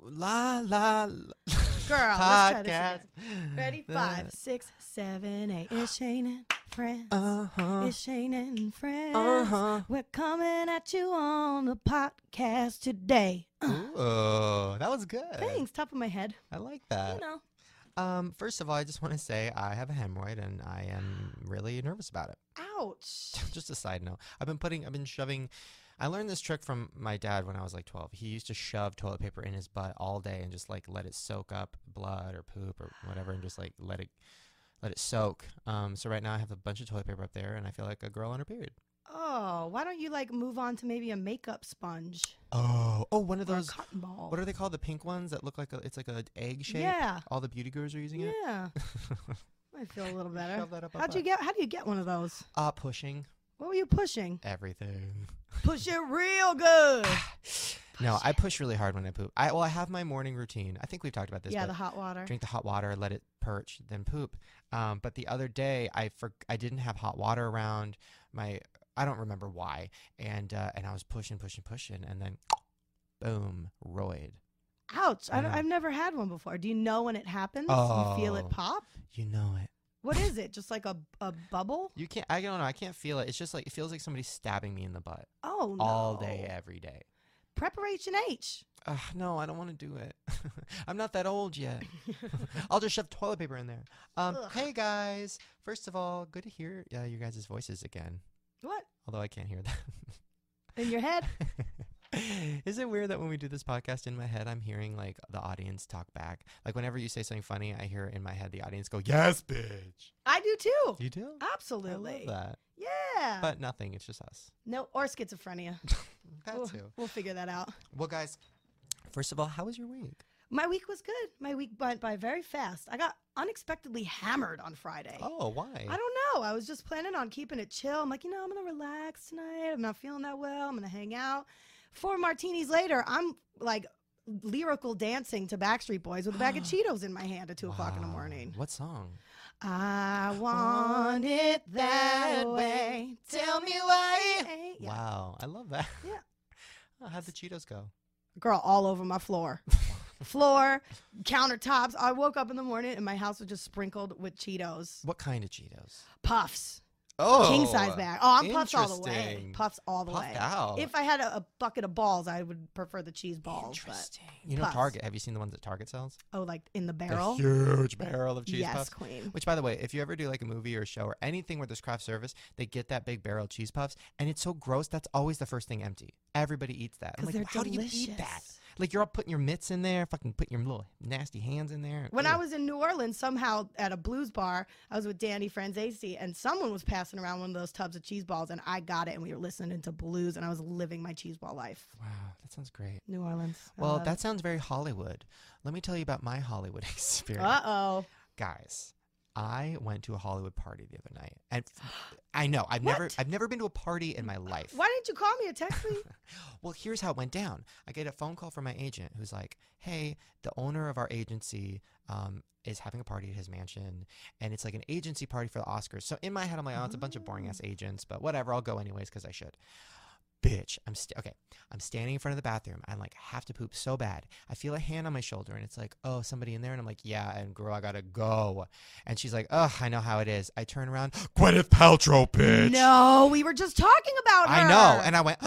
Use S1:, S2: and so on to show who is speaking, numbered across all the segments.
S1: La la. la
S2: Girl, let's try this
S1: podcast.
S2: again.
S1: Uh,
S2: Ready? Five, six, seven, eight. It's Shane and friends.
S1: Uh huh.
S2: It's Shane and friends.
S1: Uh huh.
S2: We're coming at you on the podcast today.
S1: Ooh, that was good.
S2: Thanks, top of my head.
S1: I like that.
S2: You know,
S1: Um, first of all, I just want to say I have a hemorrhoid and I am really nervous about it.
S2: ouch.
S1: just a side note. I've been putting, I've been shoving. I learned this trick from my dad when I was like 12. He used to shove toilet paper in his butt all day and just like let it soak up blood or poop or whatever and just like let it let it soak. Um, so right now I have a bunch of toilet paper up there and I feel like a girl on her period.
S2: Oh, why don't you like move on to maybe a makeup sponge
S1: Oh, oh, one of
S2: or a
S1: those.
S2: cotton ball?
S1: What are they called? The pink ones that look like a, it's like an egg shape.
S2: Yeah,
S1: All the beauty gurus are using it.
S2: yeah. I feel a little better.
S1: Shove that up. up,
S2: How'd you
S1: up.
S2: get? How do you get one of those?
S1: Uh, pushing
S2: What were you pushing?
S1: everything.
S2: Push it real good.
S1: No, I push really hard when I poop. I well, I have my morning routine. I think we've talked about this.
S2: yeah,
S1: but
S2: the hot water.
S1: drink the hot water, let it perch, then poop. Um, but the other day, I for, I didn't have hot water around. My I don't remember why, and uh, and I was pushing, pushing, pushing, and then boom, roid.
S2: Ouch! I don't,
S1: Yeah.
S2: I've never had one before. Do you know when it happens? You feel
S1: Oh.
S2: it pop.
S1: You know it.
S2: What is it? Just like a a bubble?
S1: You can't. I don't know. I can't feel it. It's just like it feels like somebody's stabbing me in the butt
S2: Oh no!
S1: all day, every day.
S2: Preparation H.
S1: Ugh, no, I don't want to do it. I'm not that old yet. I'll just shove toilet paper in there. Um,
S2: Ugh.
S1: hey guys, first of all, good to hear uh, your guys' voices again.
S2: What
S1: Although I can't hear them.
S2: in your head?
S1: Is it weird that when we do this podcast in my head, I'm hearing like the audience talk back? Like whenever you say something funny, I hear in my head the audience go, "Yes, bitch."
S2: I do too.
S1: You do?
S2: Oh, Absolutely. Uh,
S1: I love that.
S2: Yeah.
S1: But nothing. It's just us.
S2: no, or schizophrenia.
S1: That
S2: we'll,
S1: too.
S2: We'll figure that out.
S1: Well, guys, first of all, how was your week?
S2: My week was good. My week went by very fast. I got unexpectedly hammered on Friday.
S1: Oh, why?
S2: I don't know. I was just planning on keeping it chill. I'm like, you know, I'm gonna relax tonight. I'm not feeling that well. I'm gonna hang out. Four martinis later, I'm like lyrical dancing to Backstreet Boys with a bag of Cheetos in my hand at two o'clock in the
S1: Wow.
S2: morning.
S1: What song?
S2: I want it that way. Tell me why. Yeah.
S1: Wow, I love that.
S2: Yeah.
S1: Oh, How'd the Cheetos go?
S2: Girl, all over my floor. floor, countertops. I woke up in the morning and my house was just sprinkled with Cheetos.
S1: What kind of Cheetos?
S2: Puffs.
S1: Oh,
S2: King size bag. Oh, I'm puffs all the way.
S1: interesting.
S2: Puffs all the
S1: Puffed
S2: way.
S1: out.
S2: If I had a, a bucket of balls, I would prefer the cheese balls. But,
S1: Interesting. You know
S2: puffs.
S1: Target. Have you seen the ones that Target sells?
S2: oh, like in the
S1: The
S2: barrel?
S1: huge barrel of cheese
S2: yes,
S1: puffs.
S2: queen.
S1: Which, by the way, if you ever do like a movie or a show or anything where there's craft service, they get that big barrel of cheese puffs, and it's so gross. That's always the first thing empty. Everybody eats that. I'm
S2: Because
S1: like,
S2: they're
S1: how
S2: delicious.
S1: do you eat that? Like you're all putting your mitts in there, fucking putting your little nasty hands in there.
S2: When I
S1: Ugh.
S2: was in New Orleans, somehow at a blues bar, I was with Danny Franzese, and someone was passing around one of those tubs of cheese balls, and I got it, and we were listening to blues, and I was living my cheese ball life.
S1: wow, that sounds great.
S2: New Orleans.
S1: Well, that sounds very Hollywood. Let me tell you about my Hollywood experience.
S2: Uh oh.
S1: guys i went to a hollywood party the other night and f- i know i've never
S2: What?
S1: i've never been to a party in my life
S2: Why didn't you call me or text me?
S1: well here's how it went down i get a phone call from my agent who's like hey the owner of our agency um, is having a party at his mansion and it's like an agency party for the oscars so in my head i'm like oh it's a bunch of boring ass agents but whatever i'll go anyways because i should bitch i'm st- okay i'm standing in front of the bathroom i like have to poop so bad i feel a hand on my shoulder and it's like oh somebody in there and i'm like yeah and girl i gotta go and she's like ugh i know how it is i turn around gwyneth paltrow bitch
S2: No, we were just talking about her.
S1: I know. And I went,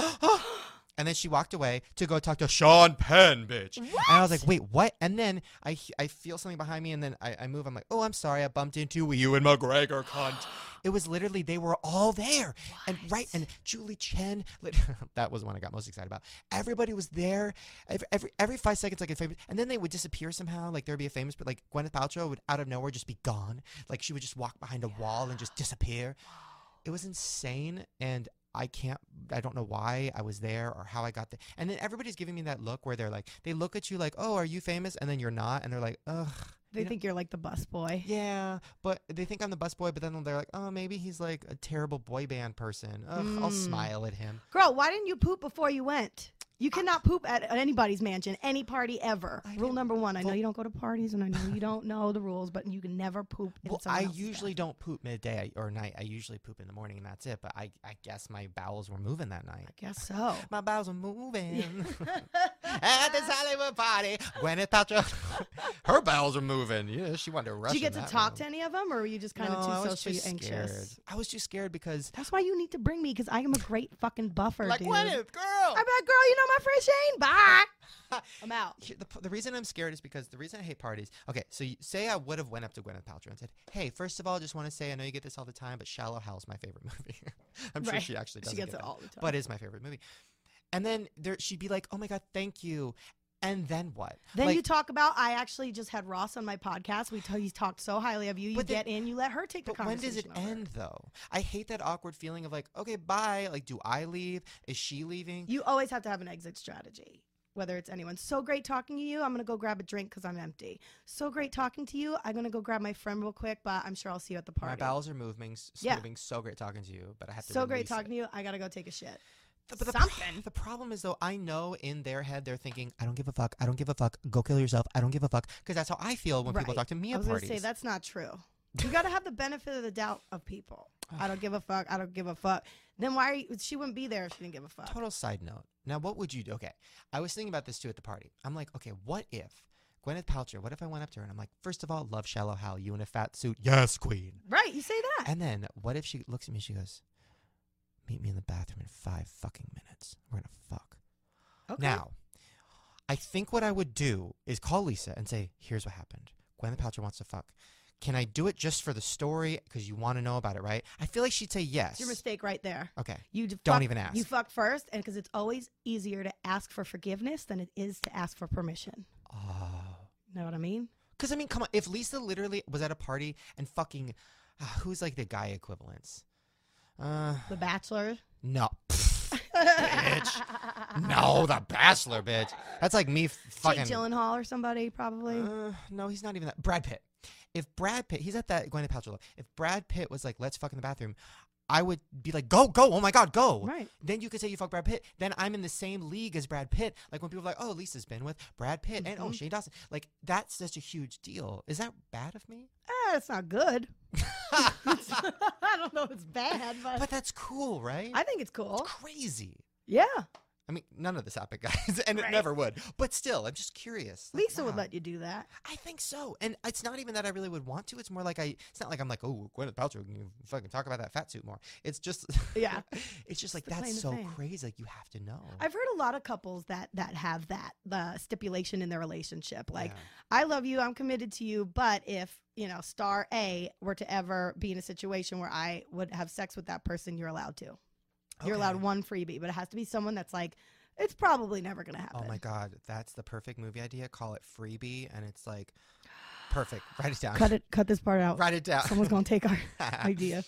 S1: and then she walked away to go talk to Sean Penn, bitch. And I was like, wait, what? And then I, he- I feel something behind me, and then I, I move. I'm like, oh, I'm sorry. I bumped into you and McGregor, cunt. it was literally, they were all there. And right, and Julie Chen, lit- that was the one I got most excited about. Everybody was there. Every, every, every five seconds, like a famous, and then they would disappear somehow. Like there'd be a famous, but like Gwyneth Paltrow would out of nowhere just be gone. Like she would just walk behind a wall and just disappear it was insane and i can't i don't know why i was there or how i got there and then everybody's giving me that look where they're like they look at you like oh are you famous and then you're not and they're like ugh
S2: They
S1: You know-
S2: think you're like the bus boy.
S1: Yeah, but they think I'm the busboy, but then they're like, oh, maybe he's like a terrible boy band person. Ugh, I'll
S2: Mm.
S1: smile at him.
S2: Girl, why didn't you poop before you went? You cannot poop at anybody's mansion, any party ever.
S1: I
S2: Rule
S1: didn't-
S2: number one. I know
S1: well-
S2: you don't go to parties, and I know you don't know the rules, but you can never poop. In
S1: Well,
S2: someone
S1: I
S2: else's
S1: usually don't poop midday or night. I usually poop in the morning and that's it. But I, I guess my bowels were moving that night.
S2: bath. Guess so.
S1: My bowels were moving. At this Hollywood party, Gwyneth Paltrow, her bowels are moving. Yeah, she wanted to rush.
S2: Did you get
S1: in
S2: to
S1: that
S2: talk
S1: room.
S2: to any of them, or were you just kind
S1: No, I
S2: of too
S1: was
S2: socially
S1: too
S2: anxious?
S1: Scared. I was too scared because,
S2: That's why you need to bring me because I am a great fucking buffer,
S1: like,
S2: dude.
S1: Gwyneth, girl.
S2: I'm like, girl, you know my friend Shane. Bye. I'm out.
S1: Here- the, p- the reason I'm scared is because the reason I hate parties. Okay, so you, say I would have went up to Gwyneth Paltrow and said, "Hey, first of all, just want to say I know you get this all the time, but Shallow Hal's my favorite movie. I'm sure
S2: Right.
S1: she actually does
S2: She
S1: get
S2: gets
S1: that,
S2: it all the time.
S1: but it's my favorite movie." And then there, she'd be like, "Oh my god, thank you," and then what?
S2: Then
S1: Like,
S2: you talk about. I actually just had Ross on my podcast. We t- he's talked so highly of you. You
S1: But then-
S2: get in. You let her take the
S1: But when
S2: conversation.
S1: does it
S2: over.
S1: end though? I hate that awkward feeling of like, okay, bye. Like, do I leave? Is she leaving?
S2: You always have to have an exit strategy. Whether it's anyone, so great talking to you. I'm gonna go grab a drink because I'm empty. So great talking to you. I'm gonna go grab my friend real quick, but I'm sure I'll see you at the
S1: My
S2: party.
S1: bowels are moving, s- s-
S2: Yeah.
S1: moving. So great talking to you, but I have to.
S2: so great
S1: release it.
S2: talking to you. I gotta go take a shit.
S1: Th- but the
S2: Something.
S1: The problem is though, I know in their head they're thinking, "I don't give a fuck. I don't give a fuck. Go kill yourself. I don't give a fuck." Because that's how I feel when people
S2: Right.
S1: talk to me
S2: I
S1: at
S2: was
S1: parties.
S2: gonna say that's not true. You gotta have the benefit of the doubt of people. I don't give a fuck. I don't give a fuck. Then why are you, she wouldn't be there if she didn't give a fuck?
S1: Total side note. Now, what would you do? Okay, I was thinking about this too at the party. I'm like, okay, what if Gwyneth Paltrow? What if I went up to her and I'm like, first of all, love shallow Hal. You in a fat suit? Yes, queen.
S2: Right? You say that.
S1: And then what if she looks at me? and She goes, "Meet me in the bathroom in five fucking minutes. We're gonna fuck."
S2: Okay.
S1: Now, I think what I would do is call Lisa and say, "Here's what happened. Gwyneth Paltrow wants to fuck. Can I do it just for the story? Because you want to know about it, right?" I feel like she'd say yes.
S2: it's your mistake right there.
S1: Okay.
S2: You d-
S1: Don't
S2: fuck-
S1: even ask.
S2: You fuck first, and because it's always easier to ask for forgiveness than it is to ask for permission.
S1: Oh.
S2: Know what I mean?
S1: Because I mean, come on. If Lisa literally was at a party and fucking, ah, who's like the guy equivalents? Uh,
S2: The Bachelor.
S1: no. Pff, bitch. No, the Bachelor, bitch. That's like me fucking.
S2: Jake Gyllenhaal or somebody probably.
S1: Uh, no, he's not even that. Brad Pitt. If Brad Pitt, he's at that Gwyneth Paltrow. level. If Brad Pitt was like, "Let's fuck in the bathroom," I would be like, "Go, go! Oh my God, go!"
S2: Right.
S1: Then you could say you fuck Brad Pitt. Then I'm in the same league as Brad Pitt. Like when people are like, "Oh, Lisa's been with Brad Pitt," and "Oh,
S2: Mhm.
S1: Shane Dawson." Like that's such a huge deal. Is that bad of me?
S2: Eh, it's not good. I don't know. if It's bad, but,
S1: But that's cool, right?
S2: I think it's cool.
S1: it's crazy.
S2: Yeah,
S1: I mean, none of this happened, guys, and it
S2: Right.
S1: never would. But still, I'm just curious. Like,
S2: Lisa would
S1: wow.
S2: let you do that.
S1: I think so. And it's not even that I really would want to. It's more like I. It's not like I'm like, oh, Gwyneth Paltrow, can you fucking talk about that fat suit more? It's just,
S2: Yeah.
S1: it's just like
S2: the
S1: that's
S2: claim to
S1: so
S2: fame.
S1: crazy. Like you have to know.
S2: I've heard a lot of couples that that have that the stipulation in their relationship. Like,
S1: Yeah.
S2: I love you, I'm committed to you, but if you know star A were to ever be in a situation where I would have sex with that person, you're allowed to. You're allowed
S1: Okay.
S2: one freebie, but it has to be someone that's like, it's probably never gonna happen.
S1: Oh my god, that's the perfect movie idea. Call it freebie, and it's like perfect. Write it down.
S2: Cut it. Cut this part out.
S1: Write it down.
S2: Someone's gonna take our idea.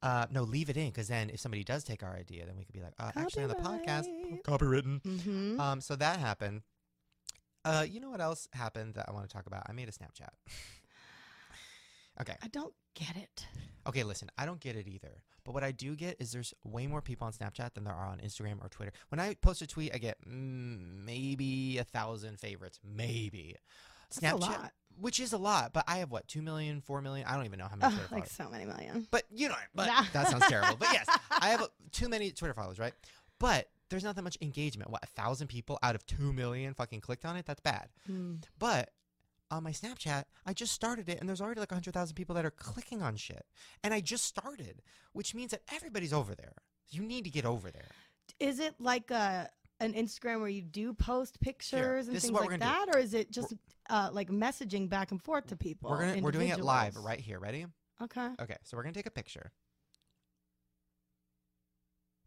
S1: Uh, no, leave it in because then if somebody does take our idea, then we could be like, uh, actually on the podcast,
S2: Copyright.
S1: copywritten.
S2: hmm
S1: Um, so that happened. Uh, you know what else happened that I want to talk about? I made a Snapchat. okay.
S2: I don't get it.
S1: Okay, listen, I don't get it either. But what I do get is there's way more people on Snapchat than there are on Instagram or Twitter. When I post a tweet, I get mm, maybe a thousand favorites, maybe.
S2: That's a lot.
S1: which is a lot, but I have what two million, four million? I don't even know how many.
S2: Ugh,
S1: Twitter
S2: like
S1: followers.
S2: so many million.
S1: But you know, but
S2: Oh, Nah.
S1: that sounds terrible. But yes, I have a, too many Twitter followers, right? But there's not that much engagement. What a thousand people out of two million fucking clicked on it? That's bad.
S2: Mm.
S1: But on my Snapchat, I just started it, and there's already like 100,000 people that are clicking on shit. And I just started, which means that everybody's over there. You need to get over there.
S2: Is it like a an Instagram where you do post pictures and
S1: this is
S2: things
S1: what we're
S2: like
S1: gonna
S2: that, or is it just uh, like messaging back and forth to people?
S1: we're gonna we're doing it live
S2: individuals?
S1: right here. Ready?
S2: Okay.
S1: Okay, so we're gonna take a picture.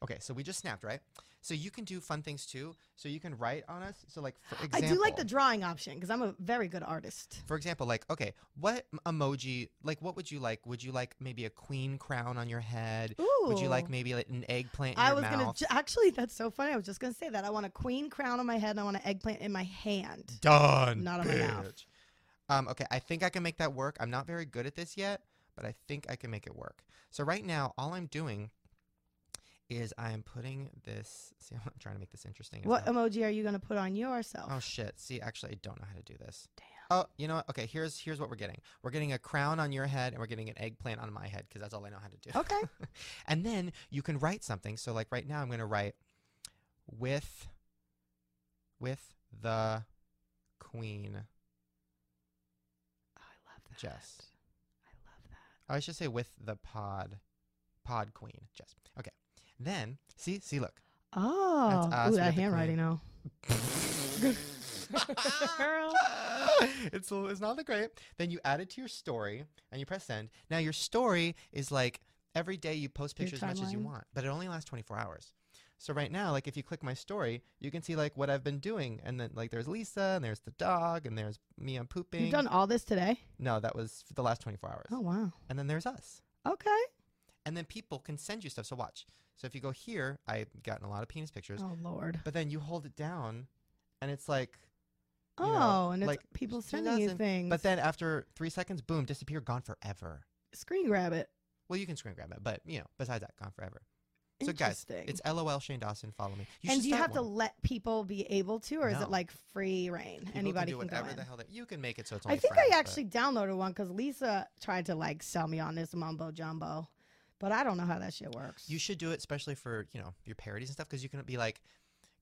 S1: Okay, so we just snapped, right? So you can do fun things too. So you can write on us. So like for example,
S2: I do like the drawing option because I'm a very good artist.
S1: For example, like, okay, what m- emoji, like, what would you like? Would you like maybe a queen crown on your head?
S2: Ooh.
S1: Would you like maybe like an eggplant in
S2: I
S1: your
S2: was gonna
S1: mouth?
S2: ju- actually. That's so funny. I was just gonna say that. I want a queen crown on my head and I want an eggplant in my hand.
S1: Done.
S2: Not on my mouth.
S1: bitch. Um, okay, I think I can make that work. I'm not very good at this yet, but I think I can make it work. So right now, all I'm doing is I am putting this. See, I'm trying to make this interesting. It's
S2: What
S1: not-
S2: emoji are you going to put on yourself?
S1: oh shit! See, actually, I don't know how to do this. Damn. Oh, you know what? Okay, here's here's what we're getting. We're getting a crown on your head, and we're getting an eggplant on my head because that's all I know how to do.
S2: Okay.
S1: and then you can write something. So like right now, I'm gonna write with with the queen.
S2: Oh, I love that.
S1: Jess.
S2: I love that.
S1: Oh, I should say with the pod, pod queen. Jess. Okay. Then see see look.
S2: Oh,
S1: us with
S2: ooh,
S1: the
S2: that
S1: queen.
S2: handwriting though. Girl.
S1: it's a- it's not that great. Then you add it to your story and you press send. Now your story is like every day you post
S2: Your
S1: pictures as much as you
S2: timeline.
S1: want, but it only lasts 24 hours. So right now, like if you click my story, you can see like what I've been doing, and then like there's Lisa and there's the dog and there's me I'm pooping.
S2: You've done all this today?
S1: no, that was for the last 24 hours,
S2: Oh wow.
S1: and then there's us.
S2: Okay.
S1: And then people can send you stuff. So watch. So if you go here, I've gotten a lot of penis pictures.
S2: Oh Lord.
S1: But then you hold it down, and it's like, you
S2: Oh,
S1: know,
S2: and it's
S1: like,
S2: people
S1: she
S2: sending you
S1: doesn't-
S2: things.
S1: but then after three seconds, boom, disappear, gone forever.
S2: screen grab it.
S1: Well, you can screen grab it, but you know, besides that, gone forever. So guys,
S2: Interesting.
S1: it's LOL Shane Dawson. Follow me. You
S2: and
S1: should
S2: do you
S1: start
S2: have to
S1: one.
S2: let people be able to, or is
S1: No.
S2: it like free reign?
S1: People
S2: Anybody
S1: can do
S2: can,
S1: whatever
S2: go in.
S1: the hell they, you can make it so it's.
S2: I
S1: only
S2: think
S1: friends,
S2: I
S1: but-
S2: actually downloaded one because Lisa tried to like sell me on this mumbo jumbo, but I don't know how that shit works.
S1: you should do it, especially for you know your parodies and stuff, because you can be like.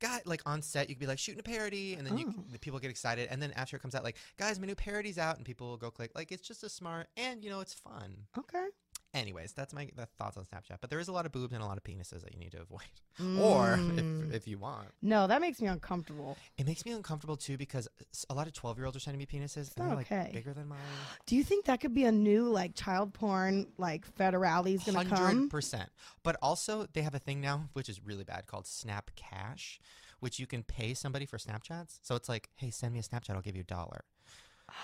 S1: God, like on set, you could be like shooting a parody, and then you c
S2: Oh.
S1: the people get excited, and then after it comes out, like, guys, my new parody's out, and people will go click. Like, it's just a smart, and you know, it's fun.
S2: okay.
S1: Anyways, that's my the thoughts on Snapchat. But there is a lot of boobs and a lot of penises that you need to avoid. Or
S2: Mm.
S1: if, if you want,
S2: no, that makes me uncomfortable.
S1: it makes me uncomfortable too because s- a lot of twelve year olds are sending me penises and they're
S2: not
S1: like
S2: okay.
S1: bigger than mine.
S2: Do you think that could be a new like child porn like federale is gonna
S1: Hundred
S2: come?
S1: percent. But also they have a thing now which is really bad called Snap Cash, which you can pay somebody for Snapchats. So it's like, hey, send me a Snapchat, I'll give you a dollar,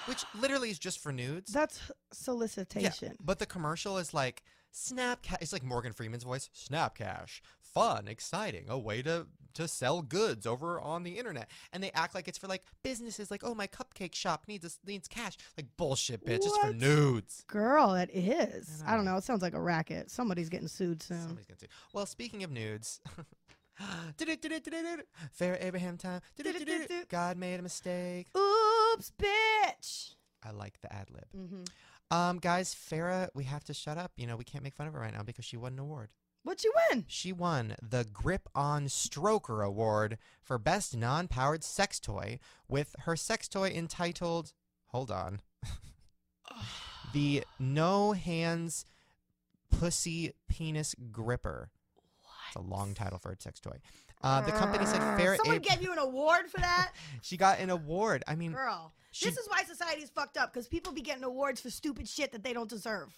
S1: which literally is just for nudes.
S2: That's solicitation.
S1: But the commercial is like Snap Cash. It's like Morgan Freeman's voice. Snap Cash, fun, exciting, a way to to sell goods over on the internet. And they act like it's for like businesses. Like, oh, my cupcake shop needs a, needs cash. Like bullshit, bitch. It's for
S2: What?
S1: nudes.
S2: Girl, it is.
S1: I
S2: I don't
S1: know.
S2: know. It sounds like a racket. Somebody's getting sued soon.
S1: Somebody's gonna see. Well, speaking of nudes. Du-du-du-du-du-du-du. Fair Abraham time. Du-du-du-du-du. God made a mistake.
S2: Oops, bitch.
S1: I like the ad lib.
S2: Mm-hmm.
S1: Um, guys, Farah, we have to shut up. You know, we can't make fun of her right now because she won an award.
S2: What you win?
S1: She won the Grip On Stroker Award for Best Non Powered Sex Toy with her sex toy entitled, hold on, the No Hands Pussy Penis Gripper. It's a long title for a sex toy. Uh, the company said Fair
S2: Someone
S1: Ape-
S2: gave you an award for that,
S1: she got an award. I mean,
S2: girl.
S1: she,
S2: This is why society's fucked up because people be getting awards for stupid shit that they don't deserve.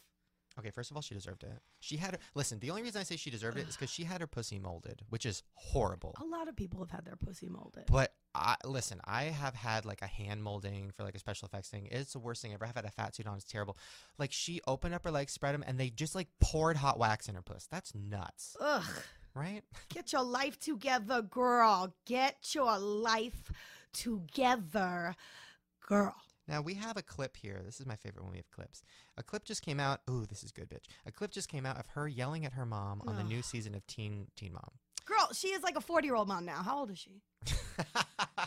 S1: okay. First of all, she deserved it. She had her. Listen, the only reason I say she deserved it is because she had her pussy molded, which is horrible.
S2: A lot of people have had their pussy molded.
S1: But I listen, I have had like a hand molding for like a special effects thing. It's the worst thing ever. I've had a fat suit on. It's terrible. Like she opened up her legs, spread them, and they just like poured hot wax in her puss. That's nuts,
S2: Ugh.
S1: right?
S2: Get your life together, girl. Get your life together, girl.
S1: Now we have a clip here. This is my favorite when we have clips. A clip just came out. Ooh, this is good, bitch. A clip just came out of her yelling at her mom on the
S2: Ugh.
S1: new season of Teen Teen Mom.
S2: Girl, she is like a 40 year old mom now. How old is she?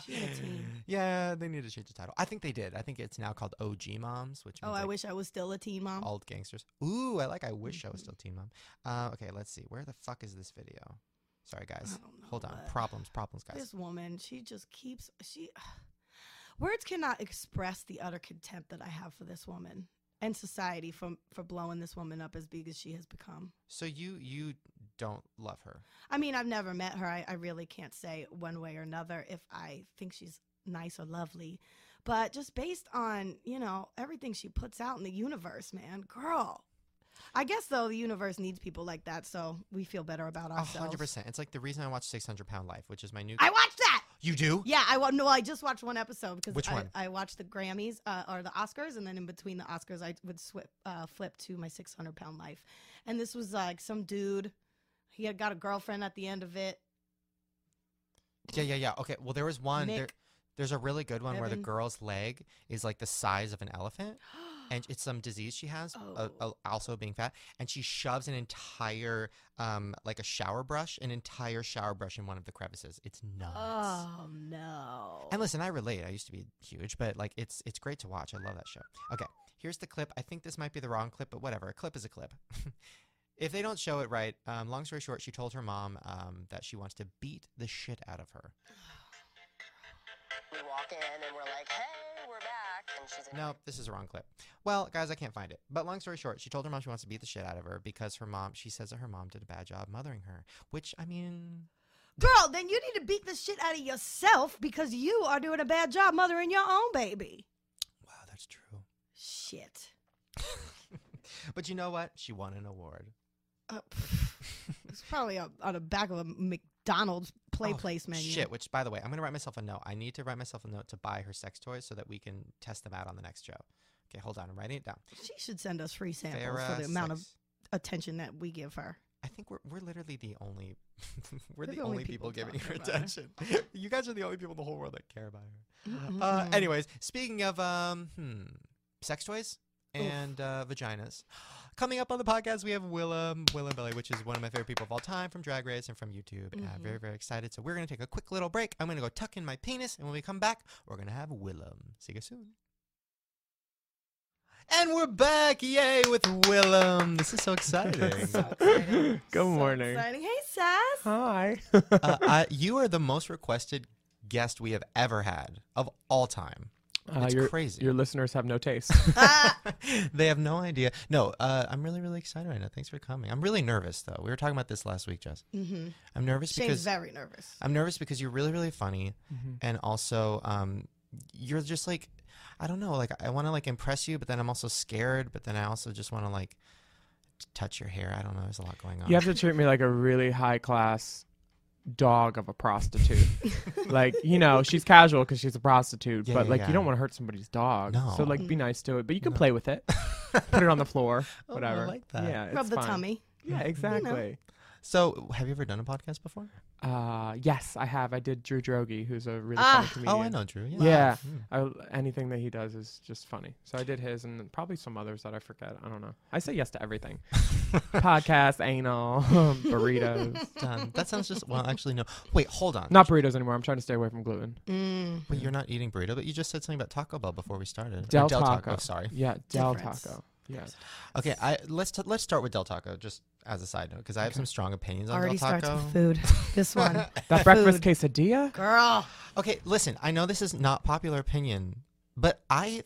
S2: She had a teen.
S1: yeah, they need to change the title. I think they did. I think it's now called OG Moms, which
S2: Oh,
S1: means,
S2: I
S1: like,
S2: wish I was still a teen mom.
S1: Old gangsters. Ooh, I like. I wish I was
S2: Mhm.
S1: still Teen Mom. Uh, okay, let's see. Where the fuck is this video? Sorry, guys.
S2: I don't know,
S1: Hold on.
S2: but
S1: Problems, problems, guys.
S2: Uh, This woman, she just keeps she words cannot express the utter contempt that I have for this woman and society for for blowing this woman up as big as she has become.
S1: So you you don't love her.
S2: I mean, I've never met her. I, I really can't say one way or another if I think she's nice or lovely. But just based on, you know, everything she puts out in the universe, man, girl. I guess though the universe needs people like that, so we feel better about
S1: A
S2: ourselves.
S1: hundred percent. It's like the reason I watch Six Hundred Pound Life, which is my new.
S2: I watched that.
S1: you do.
S2: Yeah, I wa- no, I just watched one episode because
S1: Which
S2: I,
S1: one?
S2: I watched the Grammys uh, or the Oscars, and then in between the Oscars, I would swip, uh, flip to my 600 pound life, and this was like some dude. He had got a girlfriend at the end of it.
S1: Yeah, yeah, yeah. Okay. Well, there was one. There,
S2: Mick.
S1: There's a really good one where the
S2: Evan.
S1: girl's leg is like the size of an elephant, and it's some disease she has, uh,
S2: Oh.
S1: uh, also being fat, and she shoves an entire, um, like a shower brush, an entire shower brush in one of the crevices. It's nuts.
S2: Oh no.
S1: And listen, I relate. I used to be huge, but like it's it's great to watch. I love that show. Okay, here's the clip. I think this might be the wrong clip, but whatever. A clip is a clip. if they don't show it right, um, long story short, she told her mom um, that she wants to beat the shit out of her.
S3: We walk in and we're like, hey, we're back. And she's like,
S1: No, this is the wrong clip. Well, guys, I can't find it. But long story short, she told her mom she wants to beat the shit out of her because her mom, she says that her mom did a bad job mothering her. Which I mean,
S2: Girl, then you need to beat the shit out of yourself because you are doing a bad job mothering your own baby.
S1: wow, that's true.
S2: Shit.
S1: But you know what? She won an award.
S2: Uh, pff, it's probably on on the back of a McDonald's play
S1: Oh,
S2: place menu.
S1: Shit, which by the way, I'm gonna write myself a note. I need to write myself a note to buy her sex toys so that we can test them out on the next show. Okay, hold on, I'm writing it down.
S2: She should send us free samples
S1: Farrah
S2: for the amount of
S1: sex-
S2: attention that we give her.
S1: I think we're we're literally the only we're,
S2: We're
S1: the, only people, giving her
S2: talking about her.
S1: attention. you guys are the only people in the whole world that care about her. Uh,
S2: Mm-mm-mm.
S1: anyways, speaking of um hmm, sex toys
S2: Oof.
S1: and uh, vaginas. Coming up on the podcast, we have Willem, Willem Billy, which is one of my favorite people of all time from Drag Race and from YouTube. And I'm
S2: Mhm.
S1: very, very excited. So we're going to take a quick little break. I'm going to go tuck in my penis. And when we come back, we're going to have Willem. See you soon. And we're back, yay, with Willem. This is so exciting.
S2: So exciting.
S4: Good
S2: So
S4: morning.
S2: exciting. Hey, Sass.
S4: Hi.
S1: uh, I, you are the most requested guest we have ever had of all time. It's
S4: Uh, your,
S1: crazy.
S4: Your listeners have no taste.
S1: they have no idea. No, uh, I'm really, really excited right now. Thanks for coming. I'm really nervous though. We were talking about this last week, Jess.
S2: mm-hmm.
S1: I'm nervous
S2: Shane's
S1: because
S2: very nervous.
S1: I'm nervous because you're really, really funny,
S2: Mm-hmm.
S1: and also um, you're just like, I don't know, like I want to like impress you, but then I'm also scared, but then I also just want to like t- touch your hair. I don't know. There's a lot going on.
S4: You have to treat me like a really high class dog of a prostitute. like, you know, she's casual because she's a prostitute,
S1: Yeah,
S4: but
S1: yeah,
S4: like,
S1: yeah.
S4: you don't want to hurt somebody's dog.
S1: No.
S4: So, like, be
S2: Mm.
S4: nice to it, but you can play with it, put it on the floor,
S1: Oh, I
S4: whatever.
S1: like that.
S4: Yeah,
S2: Rub
S4: it's
S2: the
S4: fine.
S2: tummy.
S4: Yeah, exactly.
S1: So, have you ever done a podcast before?
S4: Uh, yes, I have. I did Drew Drogi, who's a really
S2: Ah.
S4: funny comedian.
S1: Oh, I know Drew. Yeah.
S4: Yeah,
S1: Mm.
S4: I, anything that he does is just funny. So I did his and probably some others that I forget. I don't know. I say yes to everything. Podcast, anal, burritos.
S1: Done. That sounds just well. Actually, no. Wait, hold on.
S4: Not burritos anymore. I'm trying to stay away from gluten.
S2: Mm.
S1: Wait, you're not eating burrito, but you just said something about Taco Bell before we started. Or
S4: Del
S1: Oh,
S4: Taco.
S1: sorry.
S4: Yeah, Del
S2: Difference.
S4: Taco. Yeah.
S1: Okay, I let's t- let's start with Del Taco just as a side note because I have some strong opinions on
S2: Already
S1: Del Taco.
S2: starts with food. This one.
S4: That breakfast quesadilla?
S2: Girl.
S1: Okay, listen. I know this is not popular opinion, but I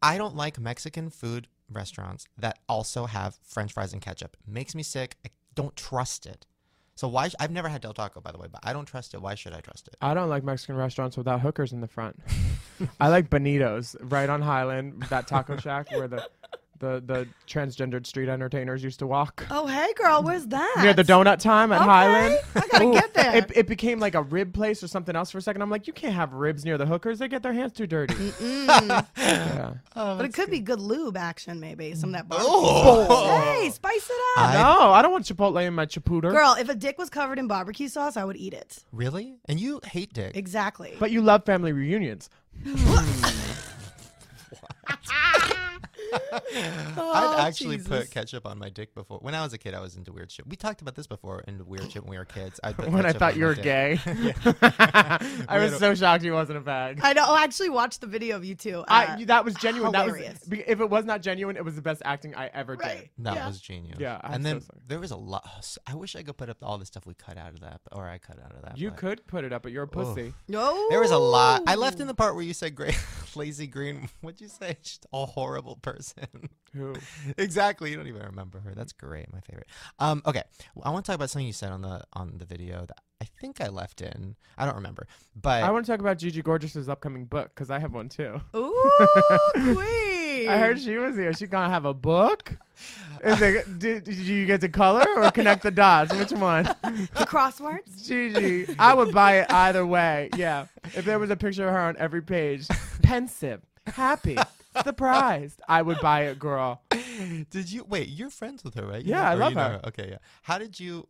S1: I don't like Mexican food restaurants that also have French fries and ketchup. makes me sick. I don't trust it. So why? Sh- I've never had Del Taco, by the way, but I don't trust it. Why should I trust it?
S4: I don't like Mexican restaurants without hookers in the front. I like Bonitos right on Highland, that taco shack where the, the, the transgendered street entertainers used to walk.
S2: Oh, hey, girl. Where's that?
S4: near the donut time at
S2: Okay,
S4: Highland.
S2: I gotta
S4: Ooh,
S2: get there.
S4: It, it became like a rib place or something else for a second. I'm like, you can't have ribs near the hookers. They get their hands too dirty. yeah.
S2: But it could be good lube action, maybe. Some of that barbecue.
S1: Oh,
S2: Hey, spice it up.
S1: I-
S4: no, I don't want Chipotle in my Chiputer.
S2: Girl, if a dick was covered in barbecue sauce, I would eat it.
S1: really? And you hate dick?
S2: Exactly.
S4: But you love family reunions.
S1: I'd actually put ketchup on my dick before. When I was a kid, I was into weird shit. We talked about this before into weird shit when we were kids. I'd put
S4: When I
S1: ketchup
S4: thought
S1: on
S4: you
S1: my
S4: were
S1: dick.
S4: gay, I
S1: Weirdo.
S4: was so shocked you wasn't a fag.
S2: I know. Oh, I actually watched the video of you two. Uh,
S4: I, that was genuine.
S2: hilarious.
S4: That was be- if it was not genuine, it was the best acting I ever did.
S2: right.
S1: That
S2: yeah.
S1: was genius.
S4: Yeah, I'm
S1: and
S4: so
S1: then
S4: sorry.
S1: there was a lot. I wish I could put up all the stuff we cut out of that, or I cut out of that.
S4: You
S1: but-
S4: could put it up, but you're a pussy.
S2: No.
S1: There was a lot. I left in the part where you said "great, lazy green." What'd you say? Just a horrible person.
S4: Who?
S1: exactly. You don't even remember her. That's great. My favorite. Um, okay, well, I want to talk about something you said on the on the video that I think I left in. I don't remember, but
S4: I want to talk about Gigi Gorgeous's upcoming book because I have one too.
S2: Ooh, queen.
S4: I heard she was here. She gonna have a book. Is it, did, did you get the color or connect the dots? Which one?
S2: the crosswords.
S4: Gigi. I would buy it either way. Yeah. If there was a picture of her on every page, pensive, happy, surprised, I would buy it, girl.
S1: Did you wait? You're friends with her, right? You
S4: Yeah,
S1: know-
S4: I
S1: or
S4: love
S1: you know
S4: her.
S1: Okay, yeah. How did you?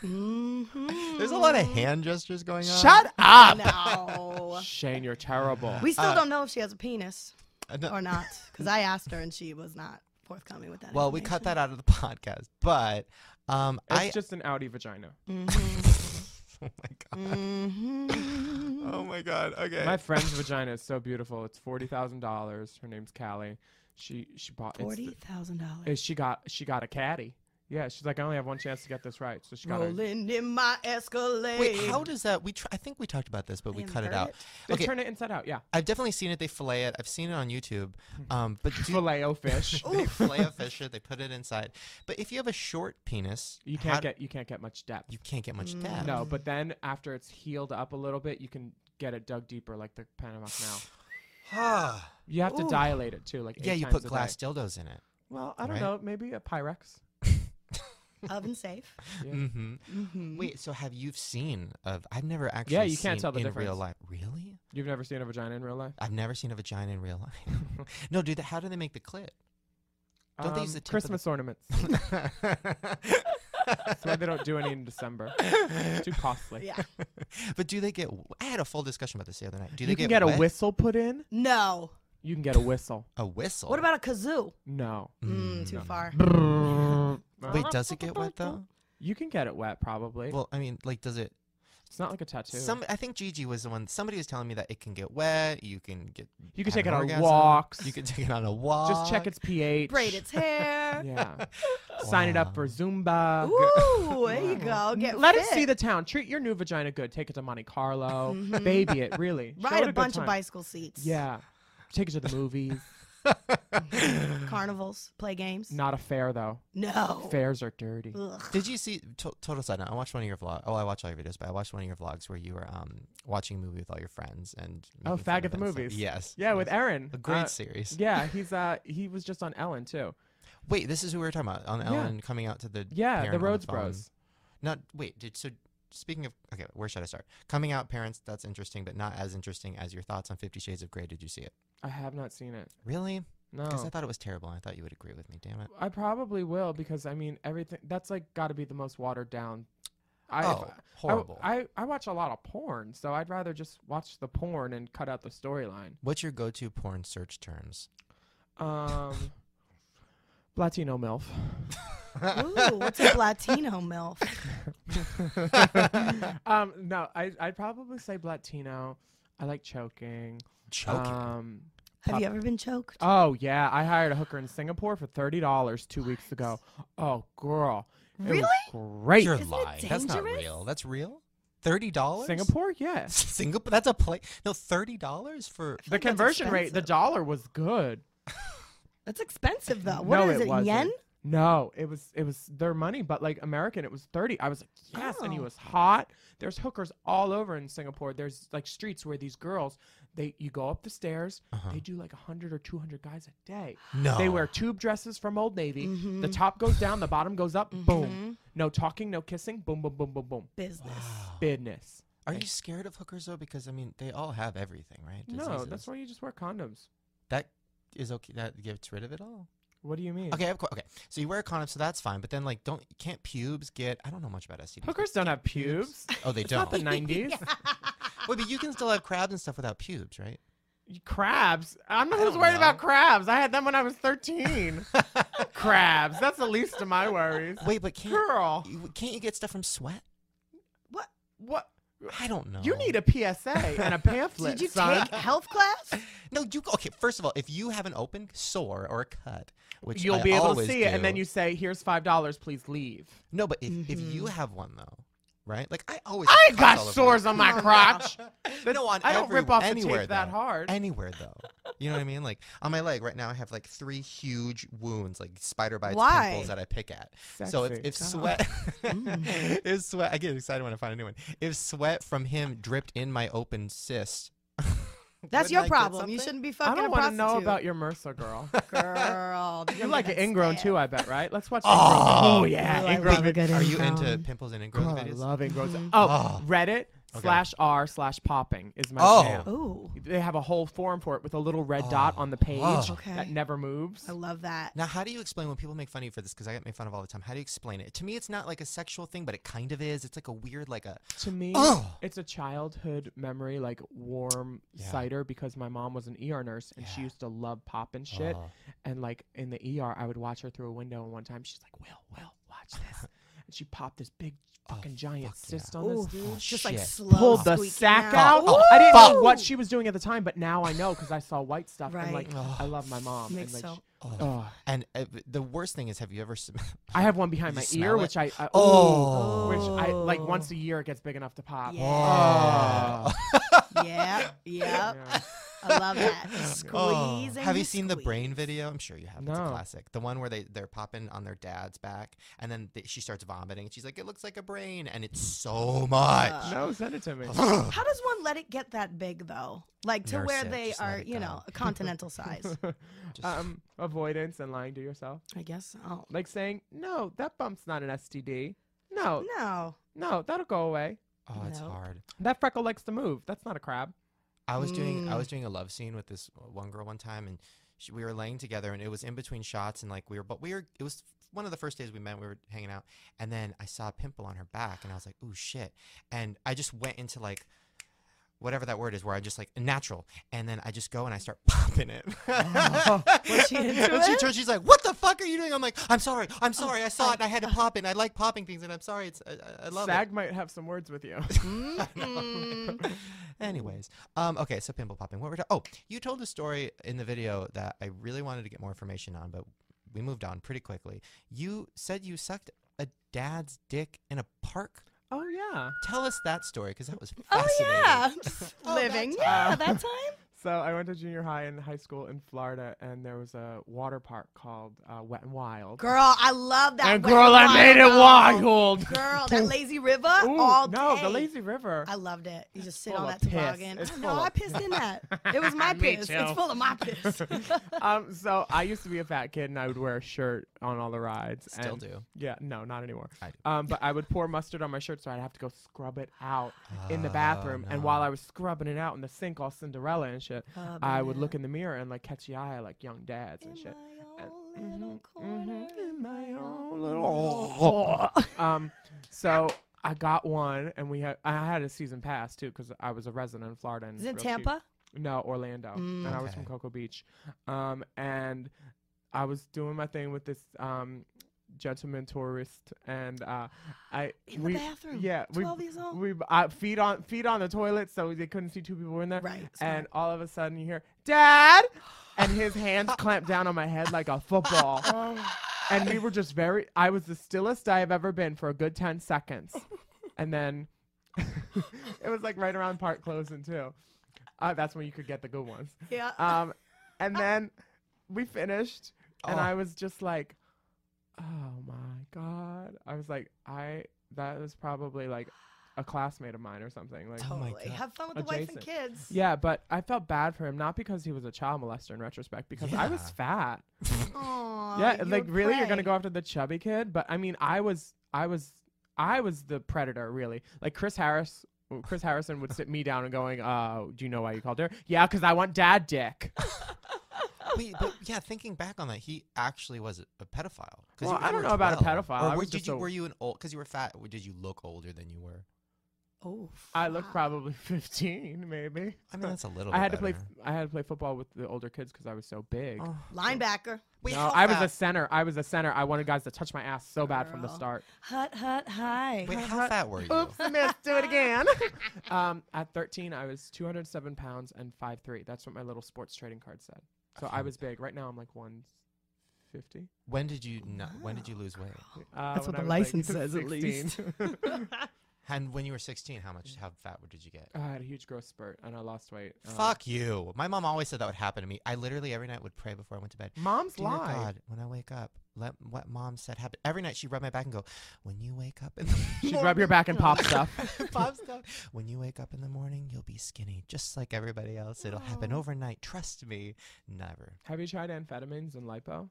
S2: Mm-hmm.
S1: There's a lot of hand gestures going on.
S4: Mm. Shut up.
S2: No.
S4: Shane, you're terrible.
S2: We still
S1: Uh,
S2: don't know if she has a penis
S1: Uh, no-
S2: or not because I asked her and she was not forthcoming with that.
S1: Well, we cut that out of the podcast, but um,
S4: it's
S1: I.
S4: just an outie vagina.
S1: oh my god.
S2: hmm
S1: Oh my god. Okay.
S4: My friend's vagina is so beautiful. It's forty thousand dollars. Her name's Callie. She she bought it's
S2: Forty
S4: the-
S2: thousand
S4: uh,
S2: dollars.
S4: She got she got a caddy. Yeah, she's like I only have one chance to get this right, so she got. A,
S2: Rolling in my Escalade.
S1: Wait, how does that? We tr- I think we talked about this, but we
S2: They
S1: cut it
S2: invert
S1: out.
S2: it?
S4: they
S1: Okay,
S4: turn it inside out. Yeah,
S1: I've definitely seen it. They fillet it. I've seen it on YouTube.
S4: Hmm.
S1: Um, but do,
S4: filet o fish.
S1: they fillet a fish. They put it inside. But if you have a short penis,
S4: You
S1: how
S4: can't
S1: d-
S4: get you can't get much depth.
S1: You can't get much depth.
S4: no, but then after it's healed up a little bit, you can get it dug deeper, like the Panama Canal.
S1: Ah.
S4: You have to
S2: Ooh.
S4: dilate it too, like
S1: yeah,
S4: eight
S1: you
S4: times
S1: put
S4: a
S1: glass
S4: day.
S1: dildos in it.
S4: Well, I don't
S1: right?
S4: know, maybe a Pyrex.
S2: Oven safe.
S4: Yeah.
S1: hmm
S2: Mhm.
S1: Wait, so have you seen of? I've never actually.
S4: you
S1: seen
S4: can't tell the
S1: in real
S4: difference.
S1: life. Really?
S4: You've never seen a vagina in real life?
S1: I've never seen a vagina in real life. no, dude. How do they make the clit? Don't they use the tip of the-
S4: Um, Christmas ornaments? That's why they don't do any in December. It's too costly.
S2: Yeah.
S1: but do they get? w- I had a full discussion about this the other night. Do they
S4: You can get a
S1: wet?
S4: whistle put in.
S2: No.
S4: You can get a whistle.
S1: A whistle.
S2: What about a kazoo?
S4: No.
S2: Mm, too uh, far.
S1: Wait, does it get wet though?
S4: You can get it wet, probably.
S1: Well, I mean, like, does it?
S4: it's not like a tattoo.
S1: Some, I think Gigi was the one. Somebody was telling me that it can get wet. You can get.
S4: you
S1: have
S4: can take it
S1: an
S4: on
S1: orgasm,
S4: walks.
S1: You can take it on a walk.
S4: just check its pH.
S2: Braid its hair.
S4: Yeah. Sign it up for Zumba.
S2: Ooh, there you go. Get
S4: Let
S2: fit. Mm-hmm.
S4: it see the town. Treat your new vagina good. Take it to Monte Carlo. Baby it, really. Show it
S2: Ride a
S4: good
S2: bunch of
S4: time.
S2: bicycle seats.
S4: Yeah. Take it to the movies.
S2: Carnivals. Play games.
S4: Not a fair though.
S2: No.
S4: Fairs are dirty.
S2: Ugh.
S1: Did you see? To- total side note. I watched one of your vlogs. Oh, I watch all your videos, but I watched one of your vlogs where you were um watching a movie with all your friends and.
S4: Oh,
S1: making fun
S4: Fag at
S1: of
S4: the
S1: it and stuff.
S4: Movies.
S1: Yes.
S4: Yeah, with
S1: yes.
S4: Aaron.
S1: a great
S4: Uh,
S1: series.
S4: Yeah, he's uh he was just on Ellen too.
S1: Wait, this is who we were talking about on Ellen coming out to the
S4: Yeah,
S1: parent
S4: the
S1: on
S4: Rhodes
S1: phone.
S4: Bros.
S1: Not wait, did so speaking of okay, where should I start? Coming out parents, that's interesting, but not as interesting as your thoughts on Fifty Shades of Grey. Did you see it?
S4: I have not seen it.
S1: Really?
S4: No.
S1: Because I thought it was terrible and I thought you would agree with me, damn it.
S4: I probably will because I mean everything that's like got to be the most watered down. I, if
S1: oh,
S4: I-
S1: horrible.
S4: I, I I watch a lot of porn, so I'd rather just watch the porn and cut out the storyline.
S1: What's your go to porn search terms?
S4: Um, Latino milf.
S2: Ooh, what's a Latino milf?
S4: um, no, I I'd probably say Latino. I like choking.
S1: Choking.
S4: Um,
S2: Have you ever been choked?
S4: oh yeah, I hired a hooker in Singapore for thirty dollars two weeks ago. Oh girl, it was great.
S1: You're
S2: isn't it
S1: lying. That's not
S2: dangerous?
S1: real. That's real? Thirty dollars?
S4: Singapore, yes.
S1: Singapore that's a play no, thirty dollars for
S2: think
S4: The
S2: that's
S4: conversion rate, the
S2: expensive.
S4: dollar was good.
S2: That's expensive though. What is
S4: no,
S2: it?
S4: wasn't.
S2: Yen?
S4: No, it was it was their money, but like American, it was thirty. I was like, yes, and he
S2: Oh.
S4: was hot. There's hookers all over in Singapore. There's like streets where these girls, they you go up the stairs, they do like hundred or two hundred guys a day.
S1: uh-huh. No
S4: They wear tube dresses from Old Navy.
S2: Mm-hmm.
S4: The top goes down, the bottom goes up. Boom. No talking, no kissing. Boom, boom, boom, boom, boom.
S2: Business.
S4: Business.
S1: Are you scared of hookers though? Because I mean they all have everything, right?
S4: No, that's
S1: Diseases.
S4: why you just wear condoms.
S1: that is okay that gets rid of it all.
S4: What do you mean?
S1: Okay, I have que- okay. So you wear a condom, so that's fine. But then, like, don't can't pubes get? I don't know much about STDs.
S4: Hookers don't have pubes.
S1: Oh, they
S4: It's
S1: don't.
S4: not the nineties.
S1: Wait, but you can still have crabs and stuff without pubes, right?
S4: Crabs. I'm not who's
S1: don't
S4: worried about
S1: know.
S4: crabs. I had them when I was 13. crabs. That's the least of my worries.
S1: Wait, but can't
S4: Uh, Girl,
S1: you, can't you get stuff from sweat?
S2: What?
S4: what?
S1: I don't know.
S4: You need a PSA and a pamphlet,
S2: Did you
S4: son.
S2: take health class?
S1: no. You okay? First of all, if you have an open sore or a cut, which
S4: You'll
S1: I
S4: be able to
S1: always
S4: see it, and then
S1: do-
S4: you say, "Here's five dollars. Please leave."
S1: no. But if, if you have one though, right? Like I always
S4: I
S1: have cuts
S4: got
S1: all over
S4: sores
S1: me.
S4: on my crotch. That's-
S1: no, on
S4: I don't rip
S1: everyone-
S4: off the
S1: anywhere
S4: tape that
S1: though.
S4: hard.
S1: Anywhere though, you know what I mean? Like on my leg right now, I have like three huge wounds, like spider bites,
S2: Why?
S1: pimples that I pick at. So if,
S4: Sexy.
S1: if sweat,
S4: Mm.
S1: if sweat, I get excited when I find a new one. If sweat from him dripped in my open cyst,
S2: That's
S1: wouldn't I
S2: your
S1: get
S2: problem. You
S1: something?
S2: shouldn't be
S4: I
S2: fucking
S4: don't
S2: a
S4: want to know
S2: prostitute.
S4: about your MRSA, girl.
S2: girl.
S4: You're like an ingrown too, I bet, right? Let's watch.
S1: Oh.
S4: Ingrown. oh
S2: Ooh,
S4: yeah,
S2: I
S4: ingrown.
S2: love a good
S1: Are you
S2: ingrown.
S1: into pimples and ingrown
S4: Girl, I
S1: videos?
S4: love ingrown. Oh,
S1: Oh.
S4: Reddit. slash r slash popping is my
S1: Oh.
S4: jam.
S2: Oh,
S4: They have a whole form for it with a little red dot
S1: Oh,
S4: on the page
S1: wow.
S2: Okay.
S4: that never moves.
S2: I love that.
S1: Now, how do you explain when people make fun of you for this? Because I get made fun of all the time. How do you explain it? To me, it's not like a sexual thing, but it kind of is. It's like a weird, like a
S4: To me,
S1: Oh.
S4: it's a childhood memory, like warm
S1: Yeah.
S4: cider, because my mom was an ER nurse and she
S1: Yeah.
S4: used to love pop and shit.
S1: Oh.
S4: And like in the ER, I would watch her through a window. And one time, she's like, "Will, Will, watch this," and she popped this big
S1: Oh,
S4: fucking giant
S1: fuck yeah.
S4: cyst on this
S2: Ooh,
S4: dude.
S1: Oh,
S2: just like
S1: shit.
S2: slow
S4: pulled the
S2: squeaking
S4: sack
S2: out.
S4: out.
S1: Oh,
S4: I didn't know
S1: fuck.
S4: what she was doing at the time, but now I know because I saw white stuff and like
S2: Right.
S1: Ugh.
S4: I love my mom.
S2: Makes
S4: and, like,
S2: so-
S4: she-
S1: Oh.
S4: Ugh.
S1: And uh, b- the worst thing is, have you ever? sm-
S4: I have one behind
S1: You
S4: my
S1: smell
S4: ear,
S1: it?
S4: which I, I
S1: Oh.
S4: ooh, which I like
S2: Oh.
S4: once a year it gets big enough to pop.
S2: Yeah.
S4: Oh.
S2: Yeah, yeah.
S4: Yeah.
S2: I love that. Squeeze.
S1: Oh.
S2: and
S1: Have you seen the
S2: squeeze.
S1: brain video? I'm sure you have. It's a
S4: No.
S1: classic. The one where they they're popping on their dad's back, and then th- she starts vomiting. And she's like, "It looks like a brain," and it's so much.
S4: No, send it to me.
S2: How does one let it get that big though? Like to
S1: Nurse
S2: where
S1: it,
S2: they
S1: just let
S2: are,
S1: it
S2: you
S1: go.
S2: know, a continental size.
S1: Just-
S4: um, avoidance and lying to yourself,
S2: I guess. Oh
S4: like saying, "No, that bump's not an STD. No,
S2: no.
S4: no, that'll go away.
S1: oh, it's
S2: nope.
S1: hard.
S4: That freckle likes to move. That's not a crab."
S1: I was doing I
S2: Mm.
S1: was doing a love scene with this one girl one time, and she, we were laying together, and it was in between shots, and like we were, but we were. It was one of the first days we met. We were hanging out, and then I saw a pimple on her back, and I was like, "Ooh, shit!" And I just went into like. Whatever that word is, where I just like natural, and then I just go and I start popping it.
S2: Oh, Was she into
S1: and she
S2: it? Oh,
S1: turns, she's like, "What the fuck are you doing?" I'm like, "I'm sorry, I'm sorry, I saw it, and I had to pop it. And I like popping things, and I'm sorry, it's I, I- I love it."
S4: Sag might have some words with you.
S2: Mm-mm.
S1: Anyways, um, okay, so pimple popping. What were ta- oh, you told a story in the video that I really wanted to get more information on, but we moved on pretty quickly. You said you sucked a dad's dick in a park.
S4: oh yeah.
S1: Tell us that story because that was
S2: Oh
S1: fascinating.
S2: yeah. Just
S1: Oh, that
S2: Living.
S1: time.
S2: Yeah, that time.
S4: So I went to junior high and high school in Florida, and there was a water park called uh, Wet and Wild.
S2: Girl, I love that.
S4: and
S2: wet
S4: girl, I
S2: wild
S4: made it
S2: girl.
S4: wild.
S2: Girl, that lazy river
S4: Ooh,
S2: all day.
S4: no, the lazy river.
S2: I loved it. You just sit
S4: full
S2: on
S4: of
S2: that
S4: piss.
S2: toboggan.
S4: It's
S2: I
S4: full
S2: know,
S4: of-
S2: I pissed in that. It was my
S4: Me
S2: piss. It's
S4: too.
S2: full of my piss.
S4: um, so I used to be a fat kid, and I would wear a shirt on all the rides.
S1: Still
S4: and-
S1: do.
S4: Yeah, no, not anymore.
S1: I do.
S4: Um, but I would pour mustard on my shirt, so I'd have to go scrub it out in
S2: Oh,
S4: the bathroom.
S1: Oh,
S4: And while I was scrubbing it out in the sink, all Cinderella and shit,
S2: Oh,
S4: I would
S2: man.
S4: look in the mirror and like catch the eye of, like young dads
S2: In my
S4: and shit.
S2: own
S4: And-
S2: little
S4: mhm, mhm,
S2: corner,
S4: in my own
S1: little-
S4: little- um, so I got one, and we had I had a season pass too because I was a resident in Florida. And
S2: Is it
S4: real cheap.
S2: Tampa?
S4: No, Orlando.
S2: Mm.
S4: And I was from
S1: Okay.
S4: Cocoa Beach. Um, and I was doing my thing with this um, gentleman tourist, and uh, I
S2: In
S4: we
S2: the bathroom.
S4: yeah we
S2: 12 years old.
S4: we uh, feet on feet on the toilet, so they couldn't see two people in there.
S2: Right,
S4: And
S2: smart.
S4: all of a sudden, you hear Dad, and his hands clamped down on my head like a football.
S2: Oh.
S4: and we were just very. I was the stillest I have ever been for a good ten seconds, and then it was like right around park closing too. Uh, that's when you could get the good ones.
S2: yeah.
S4: Um, and then we finished, and
S1: Oh.
S4: I was just like, "Oh my god!" I was like, "I that was probably like a classmate of mine or something." Like,
S1: Oh my
S2: totally.
S1: God.
S2: Have fun with the wife and kids.
S4: yeah, but I felt bad for him not because he was a child molester in retrospect, because I was
S1: Yeah.
S4: fat.
S2: Aw,
S4: yeah,
S2: you
S4: like
S2: were
S4: really, you're gonna
S2: prey.
S4: go after the chubby kid? But I mean, I was, I was, I was the predator, really. Like Chris Harris. Chris Harrison would sit me down and going, uh, do you know why you called her? Yeah, because I want dad dick.
S1: Wait, but yeah, thinking back on that, he actually was a- a pedophile. 'cause you-
S4: Well,
S1: you
S4: I don't
S1: were
S4: know about a
S1: 12.
S4: pedophile,
S1: Or
S4: I
S1: were,
S4: was
S1: did
S4: just
S1: you
S4: a-
S1: were you an old? Because you were fat. or Did you look older than you were?
S2: Oh,
S4: I look
S2: fuck.
S4: probably 15, maybe.
S1: I mean, that's a little.
S4: I
S1: bit
S4: had to play.
S1: better.
S4: I had to play football with the older kids because I was so big.
S1: Oh.
S2: Linebacker.
S1: Wait,
S4: no,
S1: how
S4: I was a
S1: fat-
S4: center. I was a center. I wanted guys to touch my ass so bad from the
S2: Girl.
S4: start.
S2: Hut, hut, hi.
S1: Wait,
S4: Hot,
S1: how
S4: hot.
S1: fat were you?
S4: Oops, I missed. Do it again. um, at 13, I was 207 pounds and 5'3". That's what my little sports trading card said. So I
S1: Okay.
S4: was big. Right now, I'm like 150.
S1: When did you not, when did you
S2: Wow,
S1: lose weight?
S4: Uh,
S2: Oh, That's
S4: when
S2: what the
S4: I was,
S2: license says, at least.
S4: 16.
S1: And when you were 16, how much how fat did you get?
S4: I had a huge growth spurt and I lost weight. Uh,
S1: Fuck you. My mom always said that would happen to me. I literally every night would pray before I went to bed.
S4: Moms
S1: Dear
S4: lie.
S1: God, when I wake up, let what mom said happen. Every night she'd rub my back and go, "When you wake up in the
S4: She'd
S1: morning,
S4: rub your back and pop stuff.
S1: pop stuff. When you wake up in the morning, you'll be skinny, just like everybody else. It'll happen
S2: No.
S1: overnight. Trust me. Never.
S4: Have you tried amphetamines and lipo?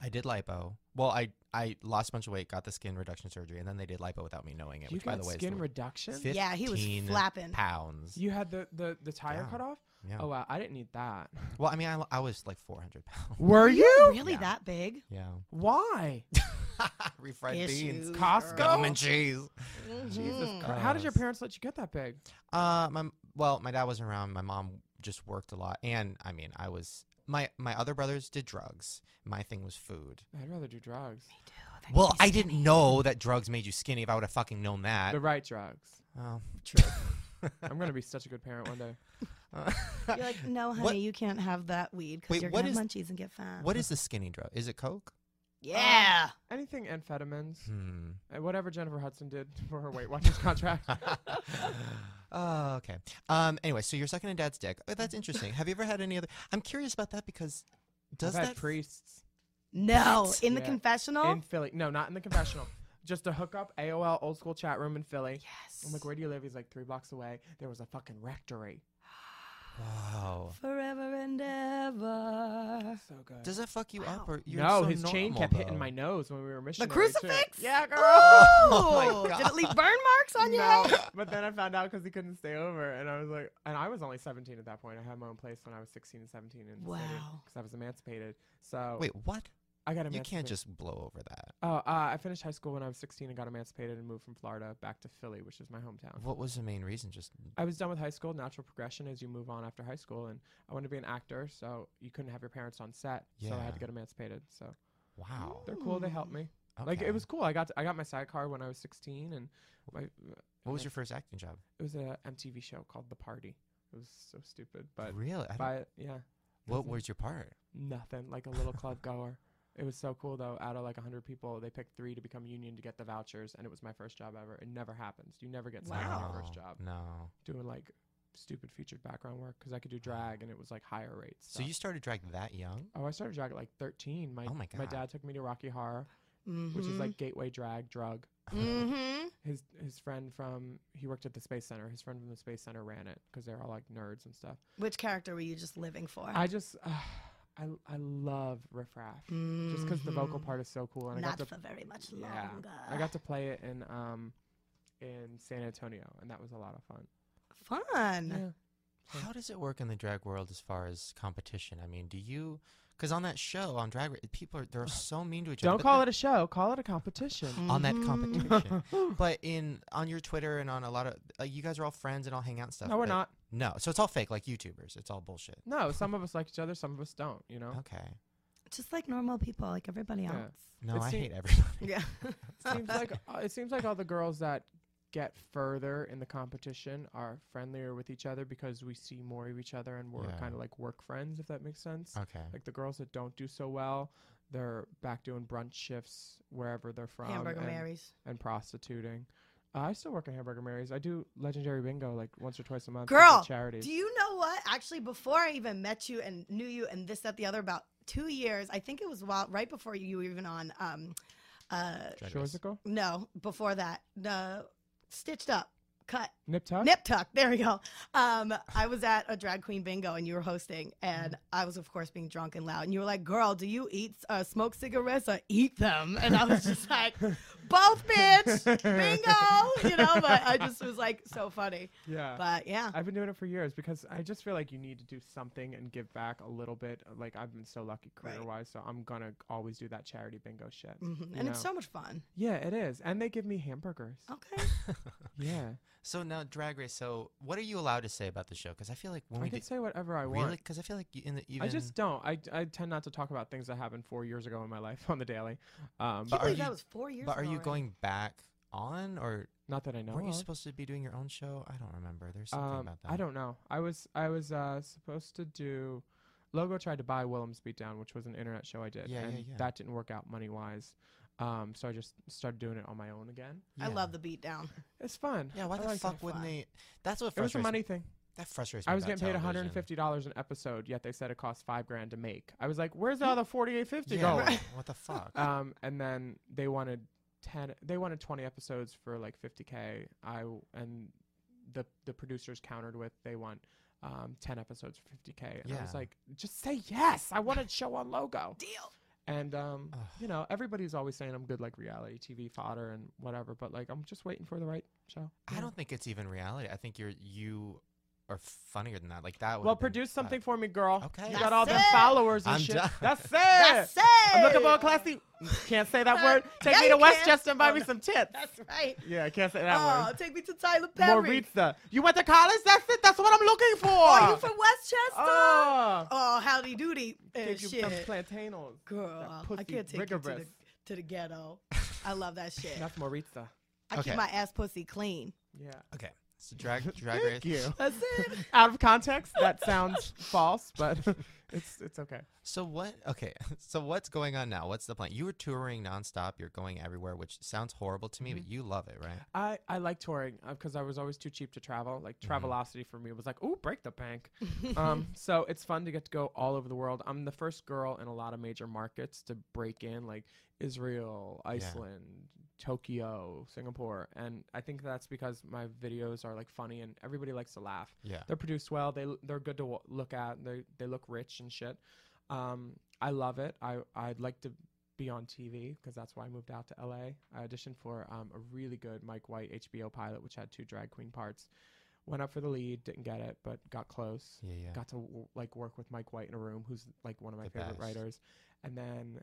S1: I did lipo. Well, I I lost a bunch of weight, got the skin reduction surgery, and then they did lipo without me knowing it.
S4: you
S1: which, by
S4: got
S1: the way,
S4: skin
S1: is the-
S4: reduction.
S1: fif-
S2: Yeah, he was
S1: 15
S2: flapping.
S1: pounds.
S4: you had the the, the tire
S1: Yeah.
S4: cut off.
S1: Yeah.
S4: Oh wow, I didn't need that.
S1: Well, I mean, I, I was like 400 pounds.
S4: Were you?
S2: Really
S1: Yeah.
S2: that big?
S1: Yeah.
S4: Why?
S1: Refried beans.
S2: Issues, girl.
S4: Costco?
S1: Government cheese.
S4: Jesus
S2: Mhm.
S4: Christ! How did your
S1: Mm. Gross.
S4: parents let you get that big?
S1: Uh, my well, my dad wasn't around. My mom just worked a lot, and I mean, I was my my other brothers did drugs. My thing was food.
S4: I'd rather do drugs.
S1: Well, I didn't know that drugs made you skinny. If I would have fucking known that,
S4: The right drugs.
S1: oh.
S4: I'm gonna be such a good parent one day.
S1: Uh,
S2: You're like, no, honey,
S1: What-
S2: you can't have that weed because
S1: Wait,
S2: you're
S1: what
S2: gonna have
S1: is-
S2: munchies and get fat.
S1: what is the skinny drug? Is it coke?
S2: Yeah.
S4: Anything amphetamines,
S1: Hmm.
S4: Uh, whatever Jennifer Hudson did for her Weight Watchers contract.
S1: oh, okay. Um. Anyway, so you're sucking in dad's dick. Oh, that's interesting. have you ever had any other? I'm curious about that because does
S4: I've had
S1: that
S4: priests
S2: No, in the
S4: Yeah.
S2: confessional.
S4: in Philly? No, not in the confessional. Just a hookup AOL old school chat room in Philly.
S2: yes.
S4: I'm like, where do you live? He's like, three blocks away. There was a fucking rectory.
S1: wow.
S2: Forever and ever.
S4: So good.
S1: Does that fuck you up or you're
S4: no,
S1: so
S4: his chain
S1: normal,
S4: kept hitting
S1: though.
S4: my nose when we were
S2: The
S4: missionary.
S2: crucifix?
S4: Too. Yeah, girl.
S1: Oh
S2: Ooh,
S1: my
S2: Did it leave burn marks on your
S4: No,
S2: head?
S4: but then I found out because he couldn't stay over, and I was like, and I was only 17 at that point. I had my own place when I was 16 and 17, and
S2: Wow.
S4: because I was emancipated. So
S1: Wait, what?
S4: I got
S1: You
S4: emancipated.
S1: can't just blow over that.
S4: Oh, uh, I finished high school when I was 16 and got emancipated and moved from Florida back to Philly, which is my hometown.
S1: What was the main reason? Just
S4: I was done with high school, natural progression as you move on after high school, and I wanted to be an actor, so you couldn't have your parents on set, so I had
S1: Yeah.
S4: to get emancipated. So
S1: wow.
S4: they're cool; they helped me. Like
S1: Okay.
S4: it was cool. I got I got my sidecar when I was 16, and my
S1: What was
S4: like-
S1: your first acting job?
S4: It was a MTV show called The Party. It was so stupid, but
S1: really? I don't-
S4: by yeah,
S1: what
S4: nothing.
S1: was your part?
S4: nothing like a little club goer. It was so cool though. Out of like 100 people, they picked three to become union to get the vouchers, and it was my first job ever. It never happens. You never get signed on your first
S1: No,
S4: job
S1: No.
S4: doing like stupid featured background work because I could do drag and it was like higher rates.
S1: So you started drag that young?
S4: oh, I started drag at like 13. My
S1: Oh my God. Mm-hmm.
S4: dad took me to Rocky Horror, which is like gateway drag drug.
S2: Mm-hmm.
S4: his his friend from he worked at the space center. His friend from the space center ran it because they're all like nerds and stuff.
S2: Which character were you just living for?
S4: I just uh, I I love Riff Raff just because the vocal
S2: Mhm.
S4: part is so cool and I
S2: Not
S4: got to
S2: for very much longer.
S4: yeah I got to play it in um in San Antonio and that was a lot of fun.
S2: fun.
S4: Yeah.
S1: How does it work in the drag world as far as competition? I mean, do you? Because on that show on Drag Race, people are they're so mean to each other.
S4: Don't call it a show, call it a competition.
S1: on that
S2: Mhm.
S1: competition. but in on your Twitter and on a lot of like you guys are all friends and all hang out and stuff.
S4: no, we're
S1: but
S4: not.
S1: No, so it's all fake, like YouTubers. It's all bullshit.
S4: No, some of us like each other, some of us don't. You know,
S1: Okay.
S2: Mm-hmm. Just like normal people, like everybody
S4: Yeah.
S2: else.
S1: No,
S4: It
S1: I
S4: seem-
S1: hate everybody.
S2: Yeah.
S4: seems like uh, it seems like all the girls that get further in the competition are friendlier with each other because we see more of each other and we're
S1: Yeah. Uh-huh.
S4: kind of like work friends if that makes sense.
S1: Okay.
S4: Like the girls that don't do so well, they're back doing brunch shifts wherever they're from
S2: Hamburger
S4: and,
S2: Mary's.
S4: and prostituting. Uh, I still work at Hamburger Mary's. I do legendary bingo like once or twice a month.
S2: Girl,
S4: charity.
S2: Do you know what? Actually, before I even met you and knew you and this, that, the other, about two years, I think it was while right before you were even on. Um, uh,
S1: Drag Race.
S4: Shorzical?
S2: no, before that, no, stitched up, cut,
S4: Nip tuck?
S2: nip tuck. There we go. Um, I was at a drag queen bingo and you were hosting, and I was of course being drunk and loud. And you were like, "Girl, do you eat uh, smoke cigarettes or eat them?" And I was just like, "Both, bitch, bingo." You know, but I just was like, so funny.
S4: Yeah.
S2: But yeah.
S4: I've been doing it for years because I just feel like you need to do something and give back a little bit. Like I've been so lucky
S2: Right.
S4: career wise, so I'm gonna always do that charity bingo shit.
S2: hmm
S4: you
S2: And it's
S4: know?
S2: so much fun.
S4: yeah, it is, and they give me hamburgers.
S2: Okay.
S4: Yeah,
S1: So now Drag Race. So what are you allowed to say about the show? Because I feel like when
S4: I
S1: we
S4: can
S1: did,
S4: say whatever I
S1: really,
S4: want.
S1: because I feel like you- in the even
S4: I just don't. I, I tend not to talk about things that happened four years ago in my life on the daily. Um,
S2: Can't
S1: But are
S2: believe
S1: you-
S2: that was four years.
S1: But are
S2: ago
S1: you
S2: already.
S1: going back on, or
S4: not that I know.
S1: weren't you
S4: of.
S1: supposed to be doing your own show? I don't remember. There's something
S4: Um,
S1: about that.
S4: I don't know. I was I was uh, supposed to do. Logo tried to buy Willem's Beatdown, which was an internet show I did,
S1: Yeah, yeah,
S4: and
S1: yeah.
S4: that didn't work out money wise. Um, so I just started doing it on my own again.
S2: I love the beat down.
S4: It's fun.
S1: Yeah, why
S4: I
S1: the
S4: liked it.
S1: fuck wouldn't
S2: fun.
S1: they? That's what
S4: It was
S1: frustrates
S4: a
S1: me.
S4: money thing.
S1: That frustrates me.
S4: I was
S1: about
S4: getting paid one hundred and
S1: television.
S4: fifty dollars an episode, yet they said it cost five grand to make. I was like, "Where's the other forty-eight fifty
S1: Yeah,
S4: going?"
S1: what the fuck?
S4: um, and then they wanted ten. They wanted twenty episodes for like fifty k. I w- and the the producers countered with they want um, ten episodes for fifty k. And I
S1: Yeah.
S4: was like, "Just say yes. I want a show on logo."
S2: Deal.
S4: And um,
S1: Ugh.
S4: you know, everybody's always saying I'm good like reality TV fodder and whatever, but like I'm just waiting for the right show.
S1: I don't think it's even reality. I think you're you are funnier than that. Like that. would
S4: Well,
S1: have been
S4: produce
S1: fun.
S4: something for me, girl.
S1: Okay.
S4: You
S1: That's
S4: got all the
S2: it.
S4: followers and
S1: I'm
S4: shit.
S1: done.
S4: That's it.
S2: That's it.
S4: I'm looking for a classy. Can't say that word. Take
S2: Yeah,
S4: me to
S2: you can.
S4: Westchester and buy
S2: Oh,
S4: me
S2: no.
S4: some tips.
S2: That's right.
S4: Yeah, I can't say that
S2: Oh,
S4: word.
S2: take me to Tyler Perry.
S4: Moritza. You went to college? That's it. That's what I'm looking for.
S2: Oh, you from Westchester? Oh,
S4: Oh.
S2: howdy doody. Uh,
S4: Take you some
S2: shit.
S4: plantains.
S2: Girl, I
S4: pussy
S2: can't take you to
S4: rigorous.
S2: the, to the ghetto. I love that shit.
S4: That's Moritza.
S2: I
S1: Okay.
S2: keep my ass pussy clean.
S4: Yeah.
S1: Okay. So drag drag race.
S4: Thank you.
S2: That's it.
S4: Out of context, that sounds false, but it's it's okay.
S1: So what? Okay. So what's going on now? What's the plan? You were touring nonstop. You're going everywhere, which sounds horrible to me,
S4: Mm-hmm.
S1: but you love it, right?
S4: I, I like touring because I was always too cheap to travel. Like
S1: Mm-hmm.
S4: Travelocity for me was like, ooh, break the bank. um, so it's fun to get to go all over the world. I'm the first girl in a lot of major markets to break in, like Israel, Iceland, Tokyo, Singapore, and I think that's because my videos are like funny and everybody likes to laugh.
S1: Yeah.
S4: They're produced well. They l- they're good to w- look at. They they look rich and shit. Um, I love it. I I'd like to be on TV because that's why I moved out to LA. I auditioned for um, a really good Mike White HBO pilot, which had two drag queen parts. Went up for the lead, didn't get it, but got close.
S1: Yeah, yeah.
S4: Got to w- like work with Mike White in a room, who's like one of my
S1: The
S4: favorite
S1: best.
S4: writers. And then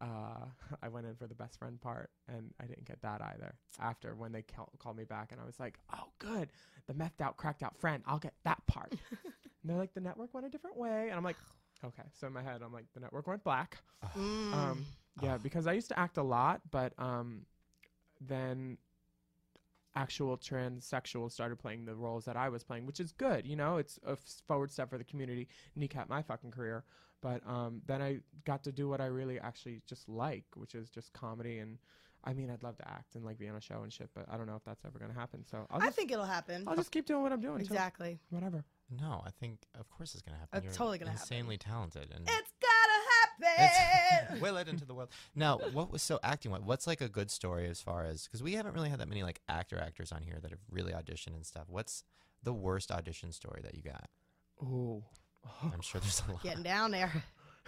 S4: uh, I went in for the best friend part, and I didn't get that either. After when they cal- called me back, and I was like, "Oh, good, the methed out, cracked out friend. I'll get that part." and they're like, "The network went a different way," and I'm like, "Okay." So in my head, I'm like, "The network went black."
S2: Mm.
S4: Um, yeah, because I used to act a lot, but um, then actual transsexuals started playing the roles that I was playing, which is good. You know, it's a f- forward step for the community, kneecap my fucking career. But um, then I got to do what I really actually just like, which is just comedy. And I mean, I'd love to act and like be on a show and shit, but I don't know if that's ever gonna happen. So I'll
S2: I
S4: just,
S2: think it'll happen.
S4: I'll just keep doing what I'm doing. until-
S2: Exactly.
S4: Whatever.
S1: No, I think of course it's gonna happen.
S2: It's
S1: You're
S2: totally gonna happen.
S1: insanely talented and
S2: It's gotta happen.
S1: it's way led into the world. Now, what was so acting? What what's like a good story as far as because we haven't really had that many like actor actors on here that have really auditioned and stuff. What's the worst audition story that you got?
S4: Ooh.
S1: I'm sure there's a lot.
S2: Getting down there.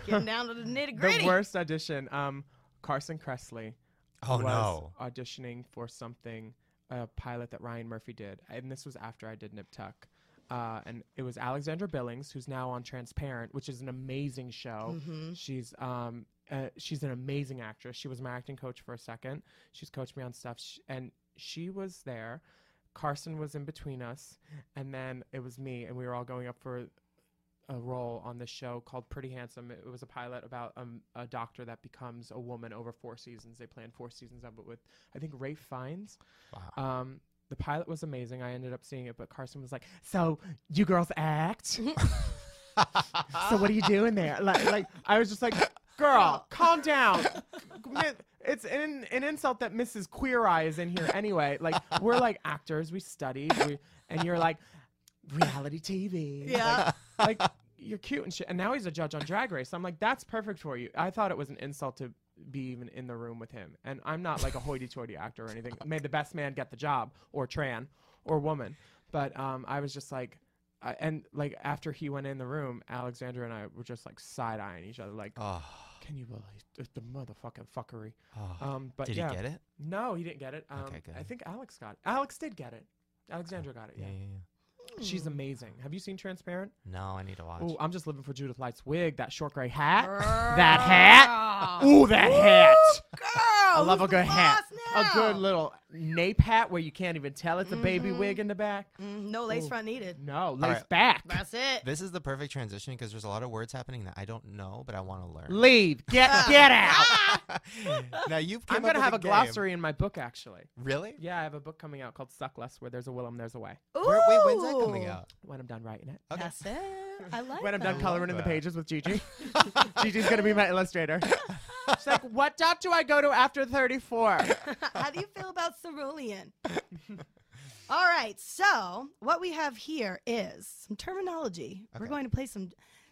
S2: Getting down to the nitty
S4: The
S2: gritty.
S4: worst audition. Um, Carson Kressley.
S1: oh
S4: was
S1: no!
S4: auditioning for something a pilot that Ryan Murphy did, and this was after I did Nip Tuck. Uh, and it was Alexandra Billings, who's now on Transparent, which is an amazing
S2: Mm-hmm.
S4: show. She's um, uh, she's an amazing actress. She was my acting coach for a second. She's coached me on stuff, sh- and she was there. Carson was in between us, and then it was me, and we were all going up for a role on this show called Pretty Handsome. It was a pilot about um, a doctor that becomes a woman over four seasons. They planned four seasons of it with, I think, Ray Fiennes.
S1: Wow.
S4: Um, the pilot was amazing. I ended up seeing it, but Carson was like, "So you girls act? so what are you doing there?" Like, like I was just like, "Girl, calm down." Mi- It's an, an insult that Mrs. Queer Eye is in here anyway. Like we're like actors, we studied, we, and you're like reality TV.
S2: Yeah.
S4: Like, like you're cute and shit. And now he's a judge on Drag Race. I'm like, that's perfect for you. I thought it was an insult to be even in the room with him. And I'm not like a hoity-toity actor or anything. May the best man get the job, or tran, or woman. But um, I was just like. I and like after he went in the room, Alexandra and I were just like side eyeing each other, like,
S1: oh,
S4: "Can you believe th- the motherfucking fuckery?"
S1: oh.
S4: Um, but
S1: did
S4: yeah.
S1: he get it?
S4: No, he didn't get it. Um,
S1: Okay, good.
S4: I think Alex got it. Alex did get it. Alexandra got it.
S1: Yeah,
S4: Yeah.
S1: yeah, yeah.
S4: She's amazing. Have you seen Transparent?
S1: No, I need to watch.
S4: Oh, I'm just living for Judith Light's wig, that short gray hat,
S2: Girl.
S4: that hat. Ooh, that hat.
S2: Girl,
S4: I love a
S2: who's the
S4: good hat.
S2: boss
S4: A good
S2: now? Mm-hmm.
S4: little nape hat where you can't even tell it's a baby wig in the back.
S2: Mm, no lace
S4: Ooh.
S2: front needed.
S4: No, lace
S1: right.
S4: back.
S2: That's it.
S1: This is the perfect transition because there's a lot of words happening that I don't know, but I want to learn.
S4: Leave. Get get out.
S2: Ah,
S1: now you've. came
S4: I'm
S1: up
S4: gonna
S1: with
S4: have a
S1: game.
S4: glossary in my book actually.
S1: Really?
S4: Yeah, I have a book coming out called Suck Less, where there's a Willem, there's a way.
S1: Where, wait, when's that coming
S2: Ooh.
S1: out?
S4: When I'm done writing it.
S1: Okay.
S2: That's it. I like
S4: When I'm
S2: that.
S4: done coloring in the
S1: that.
S4: pages with Gigi. Gigi's gonna be my illustrator. She's like, what dot do I go to after 34?
S2: How do you feel about cerulean? All right, so what we have here is some terminology. We're
S1: Okay.
S2: going to play some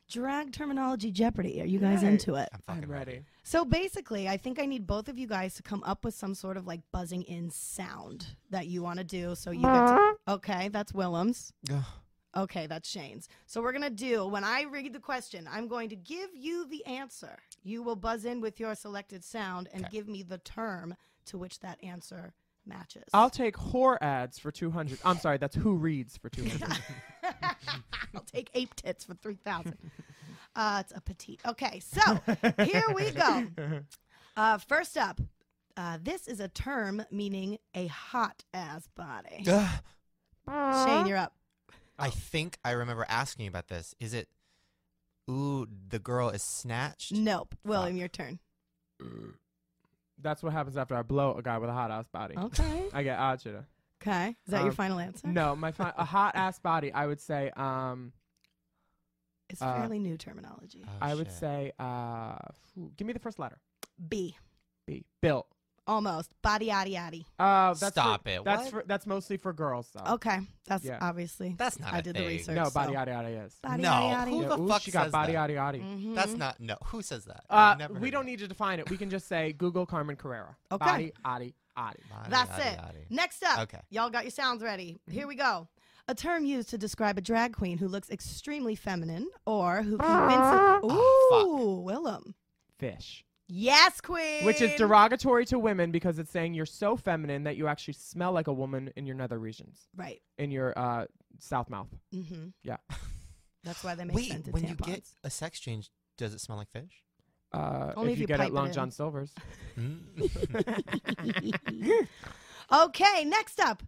S2: drag terminology Jeopardy. Are you guys
S4: Yay.
S2: into it?
S1: I'm fucking
S4: I'm ready.
S2: So basically, I think I need both of you guys to come up with some sort of like buzzing in sound that you want to do. So you get to, okay, that's Willems.
S1: Ugh.
S2: Okay, that's Shane's. So we're going to do when I read the question, I'm going to give you the answer. You will buzz in with your selected sound and give me the term to which that answer matches.
S4: I'll take whore ads for 200. I'm sorry, that's who reads for 200.
S2: I'll take ape tits for 3,000. Uh, it's a petite. Okay, so here we go. Uh, first up, uh, this is a term meaning a hot ass body.
S1: Ugh.
S2: Shane, you're up.
S4: Oh.
S1: I think I remember asking you about this. Is it, ooh, the girl is snatched?
S2: Nope. William, your turn.
S4: that's what happens after I blow a guy with a hot ass body.
S2: Okay.
S4: I get agita.
S2: Okay. Is that your
S4: Um,
S2: final answer?
S4: No, my fi- a hot ass body. I would say. Um,
S2: It's
S4: uh,
S2: fairly new terminology.
S1: Oh,
S4: I would
S1: shit.
S4: say. Uh, phew, give me the first letter.
S2: B.
S4: B. Built.
S2: Almost. Body, yaddy, yaddy.
S4: Uh, that's for-
S1: Stop it,
S4: That's
S1: what?
S4: for that's mostly for girls though.
S2: Okay. That's
S4: uh, Yeah.
S2: obviously.
S1: That's not
S2: I
S1: a
S2: did
S1: thing.
S2: the research.
S4: No,
S2: so-
S4: body yada yada is.
S2: Body,
S1: No,
S2: yada,
S1: who
S2: yada.
S1: the
S4: ooh,
S1: fuck
S4: she got
S1: says
S4: body
S1: that?
S4: yada yada.
S2: Mhm.
S1: That's not, no. Who says that? I've
S4: Uh,
S1: never
S4: we
S1: heard
S4: don't
S1: that.
S4: need to define it. We can just say Google Carmen Carrera.
S2: Okay.
S4: Body yada yada.
S1: Yada,
S2: That's
S1: yada,
S2: it.
S1: yada.
S2: Next up,
S1: Okay. Mm-hmm.
S2: y'all got your sounds ready. Here we go. A term used to describe a drag queen who looks extremely feminine or who
S1: Ah,
S2: convinces. Ooh,
S1: Oh,
S2: Willem.
S4: Fish.
S2: Yes, queen.
S4: Which is derogatory to women because it's saying you're so feminine that you actually smell like a woman in your nether regions,
S2: Right.
S4: in your uh, south mouth.
S2: Mm-hmm.
S4: Yeah.
S2: That's why they make
S1: Wait,
S2: scented
S1: when you
S2: tampons.
S1: get a sex change, does it smell like fish?
S4: Uh,
S2: Only if
S4: if you
S2: you
S4: get
S2: pipe
S4: at
S2: it
S4: Long
S2: in.
S4: John Silver's.
S1: Mm.
S2: okay, next up.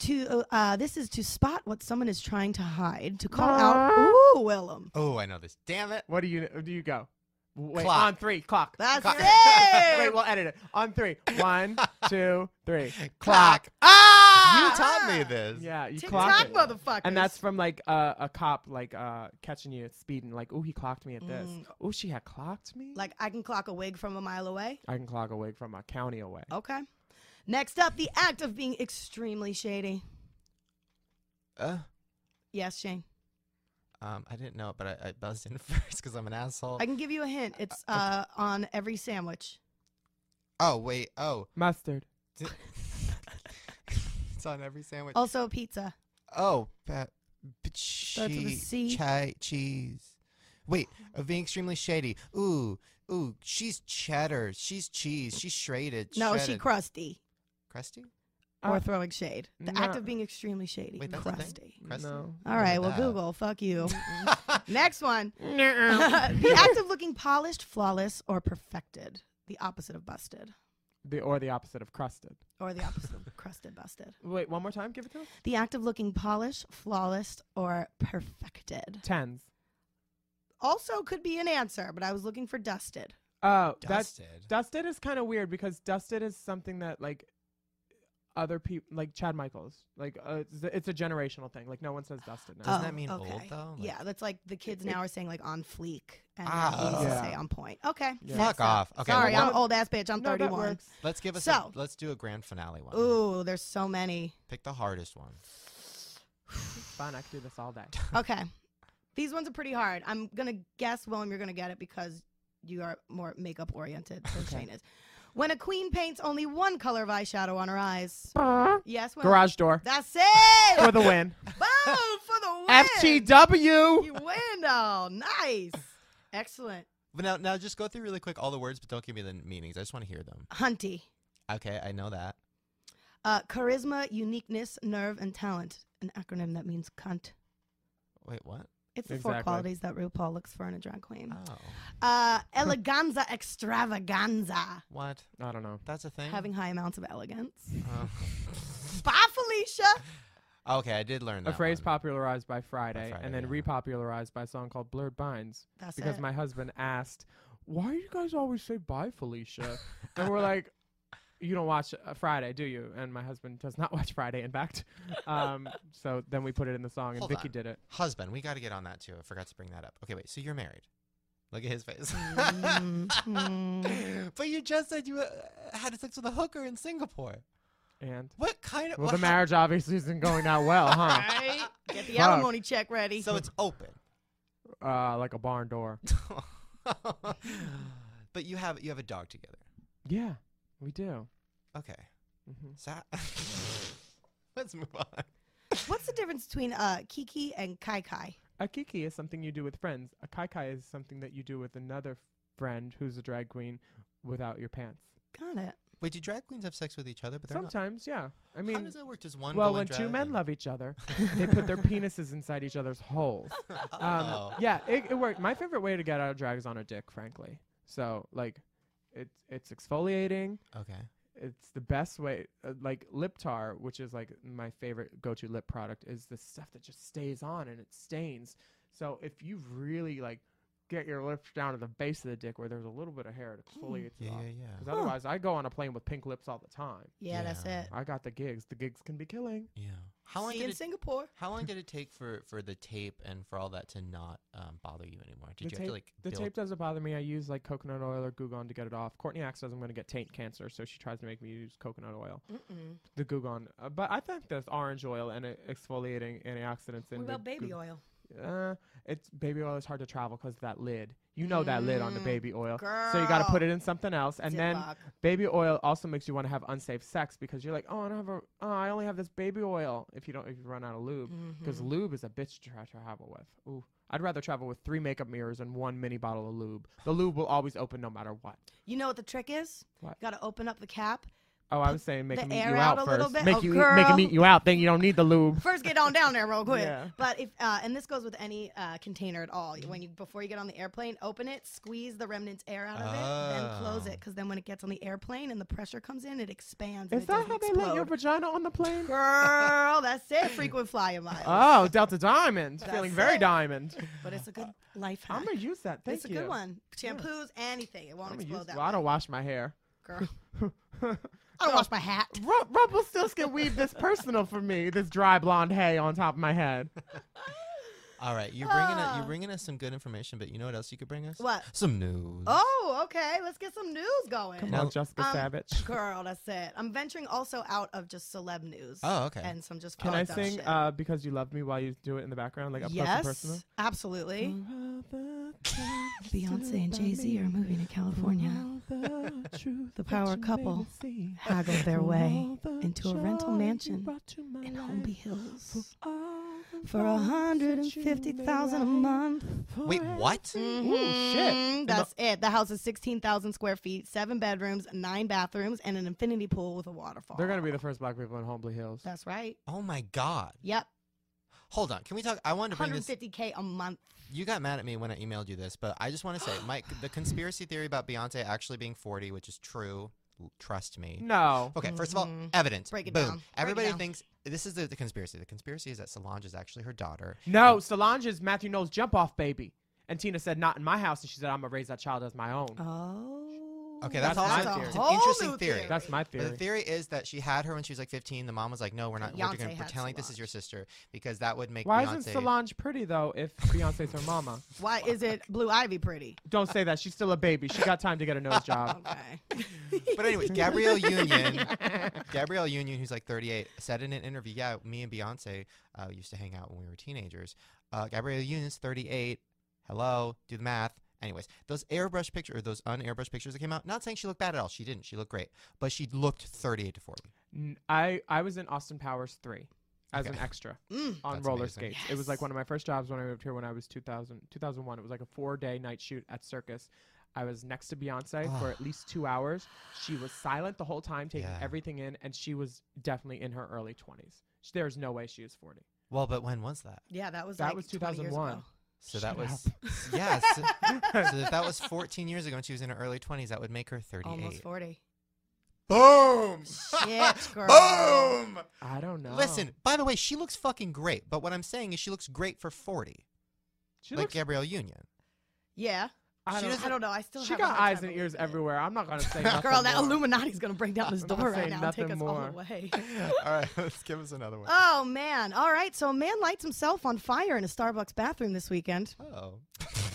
S2: To uh, this is to spot what someone is trying to hide. To call out, ooh, Willem.
S1: oh, I know this. Damn it.
S4: What do you do? You go. Wait,
S1: Clock.
S4: on three, clock.
S2: That's
S4: clock.
S2: it.
S4: Wait, we'll edit it. On three. One, two, three.
S1: Clock.
S4: Ah!
S1: You taught me this.
S4: Yeah, you clock
S2: TikTok,
S4: it.
S2: motherfucker.
S4: And that's from like uh, a cop like uh, catching you speeding, like, oh, he clocked me at this. Oh, she had clocked me.
S2: Mm. like I can clock a wig from a mile away.
S4: I can clock a wig from a county away.
S2: Okay. Next up, the act of being extremely shady.
S1: Uh,
S2: Yes, Shane.
S1: um, I didn't know it, but I, I buzzed in first because I'm an asshole.
S2: I can give you a hint. It's uh, on every sandwich.
S1: oh, wait. Oh.
S4: Mustard.
S1: Di- it's on every sandwich.
S2: Also, pizza.
S1: Oh, pa-
S2: with a C.
S1: chai cheese. Wait, of being extremely shady. Ooh, ooh, she's cheddar. She's cheese. She's shredded.
S2: No, she
S1: shredded.
S2: crusty.
S1: crusty.
S2: Or
S4: Uh,
S2: throwing shade. The
S4: no.
S2: act of being extremely shady.
S1: Wait, that's a thing?
S2: crusty.
S1: Crusty.
S4: No.
S2: All right, well,
S1: that.
S2: Google, fuck you. Next one. the act of looking polished, flawless, or perfected. The opposite of busted.
S4: The or the opposite of crusted.
S2: Or the opposite of crusted, busted.
S4: Wait, one more time. Give it to us.
S2: The act of looking polished, flawless, or perfected.
S4: Tens.
S2: Also could be an answer, but I was looking for dusted.
S4: Oh, that's
S1: Dusted.
S4: dusted is kind of weird because dusted is something that like other people like Chad Michaels like uh, it's, it's a generational thing. Like no one says dusted now.
S1: Doesn't
S2: Oh,
S1: that mean old,
S2: okay.
S1: though? Like-
S2: yeah, that's like the kids now are saying like on fleek, and
S1: Ah.
S2: we used to
S4: Yeah.
S2: say on point. Okay,
S4: Yeah.
S1: Fuck
S2: next up.
S1: off. Okay,
S2: sorry,
S1: well,
S2: I'm an old ass bitch. I'm
S4: Oh, no, that
S2: 31.
S4: works.
S1: Let's give us. a,
S2: So-
S1: let's do a grand finale one.
S2: Ooh, there's so many.
S1: Pick the hardest one.
S4: Fine, I could do this all day.
S2: Okay, these ones are pretty hard. I'm gonna guess, Willem, you're gonna get it because you are more makeup oriented than Shane is. When a queen paints only one color of eyeshadow on her eyes. yes, Willem.
S4: Garage door
S2: That's
S4: for
S2: it.
S4: the win.
S2: Boom for the win.
S4: FTW.
S2: You win, though. Nice. Excellent.
S1: But now, now, just go through really quick all the words, but don't give me the meanings. I just want to hear them.
S2: Hunty.
S1: Okay, I know that.
S2: Uh, charisma, uniqueness, nerve, and talent. An acronym that means cunt.
S1: Wait, what?
S2: It's the four
S4: Exactly.
S2: qualities that RuPaul looks for in a drag queen.
S1: Oh,
S2: Uh, eleganza, extravaganza.
S1: what?
S4: I don't know.
S1: That's a thing.
S2: Having high amounts of elegance.
S1: Oh.
S2: Bye, Felicia.
S1: okay, I did learn that.
S4: a phrase
S1: one.
S4: popularized by Friday,
S1: Friday,
S4: and then
S1: yeah.
S4: repopularized by a song called Blurred Binds
S2: That's
S4: because
S2: it.
S4: my husband asked, "Why do you guys always say bye, Felicia?" and we're like, "You don't watch uh, Friday, do you?" And my husband does not watch Friday, in fact. Um, so then we put it in the song, and
S1: Hold
S4: Vicky
S1: on.
S4: did it.
S1: Husband, we got to get on that too. I forgot to bring that up. Okay, wait. So you're married. Look at his face.
S2: Mm-hmm.
S1: but you just said you uh, had sex with a hooker in Singapore.
S4: And
S1: What kind of?
S4: well,
S1: what
S4: the
S1: hap-
S4: marriage obviously isn't going that well, huh?
S2: Right? Get the
S4: Fuck.
S2: alimony check ready.
S1: So it's open.
S4: uh, like a barn door.
S1: but you have you have a dog together.
S4: Yeah, we do.
S1: Okay.
S4: Mhm.
S1: So- Let's move on.
S2: this. What's the difference between uh, Kiki and Kai Kai?
S4: A kiki is something you do with friends. A kai kai is something that you do with another friend who's a drag queen without your pants.
S2: Got it.
S1: Wait, do drag queens have sex with each other? But they're
S4: Sometimes, yeah. I
S1: not.
S4: mean,
S1: How does that work? Does one?
S4: Well,
S1: go in
S4: when two
S1: drag
S4: men
S1: and-
S4: love each other, they put their penises inside each other's holes. Um,
S1: Oh.
S4: yeah, it, it worked. My favorite way to get out of drag is on a dick, frankly. So, like, it's it's exfoliating.
S1: okay.
S4: It's the best way. Uh, like lip tar, which is like my favorite go-to lip product, is the stuff that just stays on and it stains. So if you really like get your lips down to the base of the dick where there's a little bit of hair, it exfoliates
S1: Yeah,
S4: it off.
S1: yeah,
S4: Because
S1: yeah.
S2: Huh.
S4: otherwise, I go on a plane with pink lips all the time.
S2: Yeah, that's
S1: Yeah.
S2: it.
S4: I got the gigs. The gigs can be killing.
S1: Yeah. How long
S2: See you
S1: did
S2: in
S1: it?
S2: Singapore.
S1: How long did it take for for the tape and for all that to not um, bother you anymore? Did you
S4: The
S1: have
S4: tape-
S1: to like
S4: The
S1: build?
S4: tape doesn't bother me. I use like coconut oil or Goo Gone to get it off. Courtney Axe says I'm going to get taint cancer, so she tries to make me use coconut oil,
S2: Mm-mm.
S4: the Goo Gone. Uh, but I think there's orange oil and uh, exfoliating antioxidants in
S2: What
S4: the
S2: about baby
S4: Goo-
S2: oil?
S4: Uh, it's baby oil is hard to travel 'cause of that lid. You know that lid on the
S2: Mm,
S4: baby oil. So you got to put
S2: girl.
S4: it in something else, and then
S2: Ziploc.
S4: baby oil also makes you want to have unsafe sex because you're like, oh, I don't have a, oh, I only have this baby oil. If you don't, if you run out of lube, because
S2: Mhm.
S4: lube is a bitch to try to travel with. Ooh, I'd rather travel with three makeup mirrors and one mini bottle of lube. The lube will always open no matter what.
S2: you know what the trick is?
S4: What?
S2: You got to open up the cap.
S4: Oh, I was saying make
S2: the
S4: him eat
S2: air
S4: you
S2: out
S4: out,
S2: a little
S4: first.
S2: bit.
S4: Make
S2: Oh,
S4: you eat, make him
S2: girl.
S4: eat you out. Then you don't need the lube.
S2: First, get on down there real quick.
S4: Yeah.
S2: But if uh, and this goes with any uh, container at all. When you before you get on the airplane, open it, squeeze the remnants air out of it, then close
S1: Oh.
S2: it. Because then when it gets on the airplane and the pressure comes in, it expands. and
S4: Ah. Is
S2: it
S4: that
S2: doesn't
S4: how they let your
S2: explode.
S4: vagina on the plane?
S2: Girl, that's it. Frequent flyer miles.
S4: Oh, Delta Diamond,
S2: That's
S4: feeling very
S2: it.
S4: diamond.
S2: but it's a good life hack.
S4: Ah, I'm gonna use that. Thank
S2: it's a
S4: you.
S2: good one. Shampoos, anything. It won't
S4: I'm gonna
S2: explode
S4: use.
S2: that.
S4: Well, I
S2: way.
S4: don't wash my hair.
S2: Girl, I don't
S4: Girl.
S2: wash my hat.
S4: Ru- Rumpelstiltskin weave this personal for me. This dry blonde hay on top of my head.
S1: All right, you're bringing us,
S2: Ah.
S1: you're bringing us some good information, but you know what else you could bring us?
S2: What?
S1: Some news.
S2: Oh, okay. Let's get some news going.
S4: Come
S1: Now-
S4: on, Jessica
S2: Um,
S4: Savage.
S2: Girl, that's it. I'm venturing also out of just celeb news.
S1: Oh, okay.
S2: And some just
S4: Can I
S2: fucked up
S4: sing
S2: shit.
S4: uh, "Because You Love Me" while you do it in the background, like up
S2: yes,
S4: close
S2: absolutely.
S4: and personal?
S2: Beyonce and Jay Z are moving to California.
S4: the
S2: power couple Haggle their way into a rental mansion in Holmby Hills for a hundred and fifty thousand a month.
S1: Wait, what?
S2: Mhm. That's it. The house is sixteen thousand square feet, seven bedrooms, nine bathrooms, and an infinity pool with a waterfall.
S4: They're gonna be the first black people in Holmby Hills.
S2: That's right.
S1: Oh my God!
S2: Yep.
S1: Hold on, can we talk? I wanted to bring this.
S2: 150k a month.
S1: You got mad at me when I emailed you this, but I just want to say, Mike, the conspiracy theory about Beyonce actually being 40, which is true, l- trust me.
S4: No.
S1: Okay, first of all,
S2: Mhm.
S1: evidence.
S2: Break it
S1: Boom.
S2: down. Break it
S1: Everybody
S2: down.
S1: thinks this is the, the conspiracy. The conspiracy is that Solange is actually her daughter.
S4: No, Solange is Matthew Knowles' jump off baby. And Tina said, not in my house. And she said, I'm going to raise that child as my own.
S2: Oh.
S1: Okay, that's
S4: That's
S1: also
S4: my
S1: it's an interesting
S2: theory. Whole new
S1: theory.
S2: theory.
S4: That's my theory.
S1: But the theory is that she had her when she was like 15. The mom was like, "No, we're not. we're going
S2: Beyonce
S1: to
S2: had
S1: pretend like this is
S2: Solange.
S1: your sister because that would make
S4: Why
S1: Beyonce."
S4: isn't Solange pretty, though, if Beyonce's her mama?
S2: Why is it Blue Ivy pretty?
S4: Don't say that. She's still a baby. She got time to get a nose job.
S2: Okay.
S1: But anyway, Gabrielle Union, Gabrielle Union, who's like 38, said in an interview, "Yeah, me and Beyonce uh, used to hang out when we were teenagers." Uh, Gabrielle Union's 38. Hello, do the math. Anyways, those airbrush pictures or those unairbrush pictures that came out. Not saying she looked bad at all. She didn't. She looked great, but she looked 38 to 40.
S4: N- I, I was in Austin Powers 3 as
S1: Okay.
S4: an extra
S2: Mm.
S4: on
S1: That's
S4: roller
S1: amazing.
S4: skates. It was like
S2: Yes.
S4: one of my first jobs when I moved here when I was 2000, 2001. It was like a four day night shoot at Circus. I was next to Beyonce for
S1: Ah.
S4: at least two hours. She was silent the whole time, taking
S1: Yeah.
S4: everything in, and she was definitely in her early 20s. Sh- There's no way she is 40.
S1: Well, but when was that?
S2: Yeah, that was
S4: That
S2: like
S4: was
S2: 20 years
S4: 2001.
S2: ago.
S1: So
S4: Shut
S1: that was
S4: up.
S1: yes. so if that was 14 years ago and she was in her early 20s, that would make her 38.
S2: Almost 40.
S1: Boom!
S2: Shit, girl.
S1: Boom!
S4: I don't know.
S1: Listen, by the way, she looks fucking great, but what I'm saying is she looks great for 40.
S4: she
S1: like
S4: looks.
S1: Gabrielle Union.
S2: Yeah.
S4: I
S1: she
S4: don't,
S2: I don't know. I still
S4: she
S2: have a
S4: got
S2: hard
S4: eyes
S2: time
S4: and ears
S2: believing it.
S4: everywhere. I'm not gonna say nothing
S2: Girl, that
S4: more.
S2: Illuminati's going to break down this
S4: I'm not
S2: door right
S4: saying
S2: now and take us
S4: nothing
S2: all
S4: more.
S2: away.
S1: All right, let's give us another one.
S2: Oh, man. All right. So a man lights himself on fire in a Starbucks bathroom this weekend.
S1: Oh.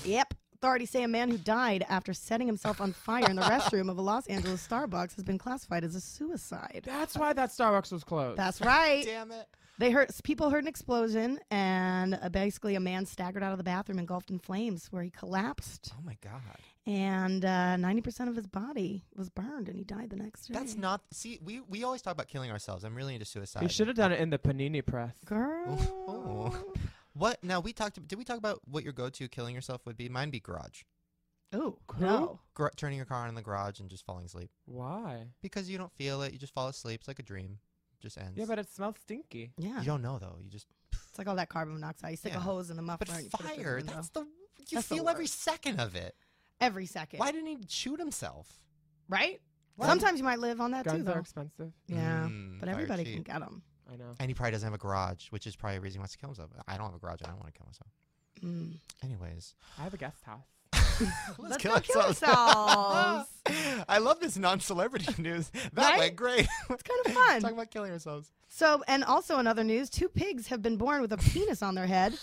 S2: Yep. Authorities say a man who died after setting himself on fire in the restroom of a Los Angeles Starbucks has been classified as a suicide.
S4: That's why that Starbucks was closed.
S2: That's right.
S1: Damn it.
S2: They heard people heard an explosion, and uh, basically a man staggered out of the bathroom engulfed in flames, where he collapsed,
S1: Oh my god.
S2: and uh, ninety percent of his body was burned, and he died the next day.
S1: That's not see, we we always talk about killing ourselves. I'm really into suicide.
S4: You should have done it in the panini press.
S2: girl.
S1: oh. What now we talked did we talk about what your go to killing yourself would be? Mine be garage.
S2: Oh
S4: Who?
S2: no!
S1: Gar- turning your car on in the garage and just falling asleep.
S4: Why?
S1: Because you don't feel it, you just fall asleep. It's like a dream. just ends.
S4: Yeah, but it smells stinky.
S2: Yeah,
S1: you don't know though. You just
S2: it's like all that carbon monoxide. You stick
S1: Yeah.
S2: a hose in the muffler.
S1: But
S2: and you put it through the
S1: fire,
S2: window.
S1: that's the you
S2: That's the
S1: feel every
S2: worst.
S1: second of it.
S2: every second.
S1: Why didn't he shoot himself?
S2: Right?
S1: Why?
S2: Sometimes you might live on that too,
S4: Guns
S2: though. Mm,
S4: are expensive.
S2: yeah,
S1: Mm,
S2: but
S1: fire
S2: everybody
S1: cheap.
S2: can get them.
S4: I know.
S1: And he probably doesn't have a garage, which is probably a reason he wants to kill himself. I don't have a garage and I want to kill myself.
S2: Mm.
S1: Anyways.
S4: I have a guest house.
S1: Let's,
S2: Oh, Let's go kill ourselves.
S1: I love this non-celebrity news. That
S2: Right?
S1: went great.
S2: It's kind of fun.
S1: Talking about killing ourselves.
S2: So, and also in other news, two pigs have been born with a penis on their head.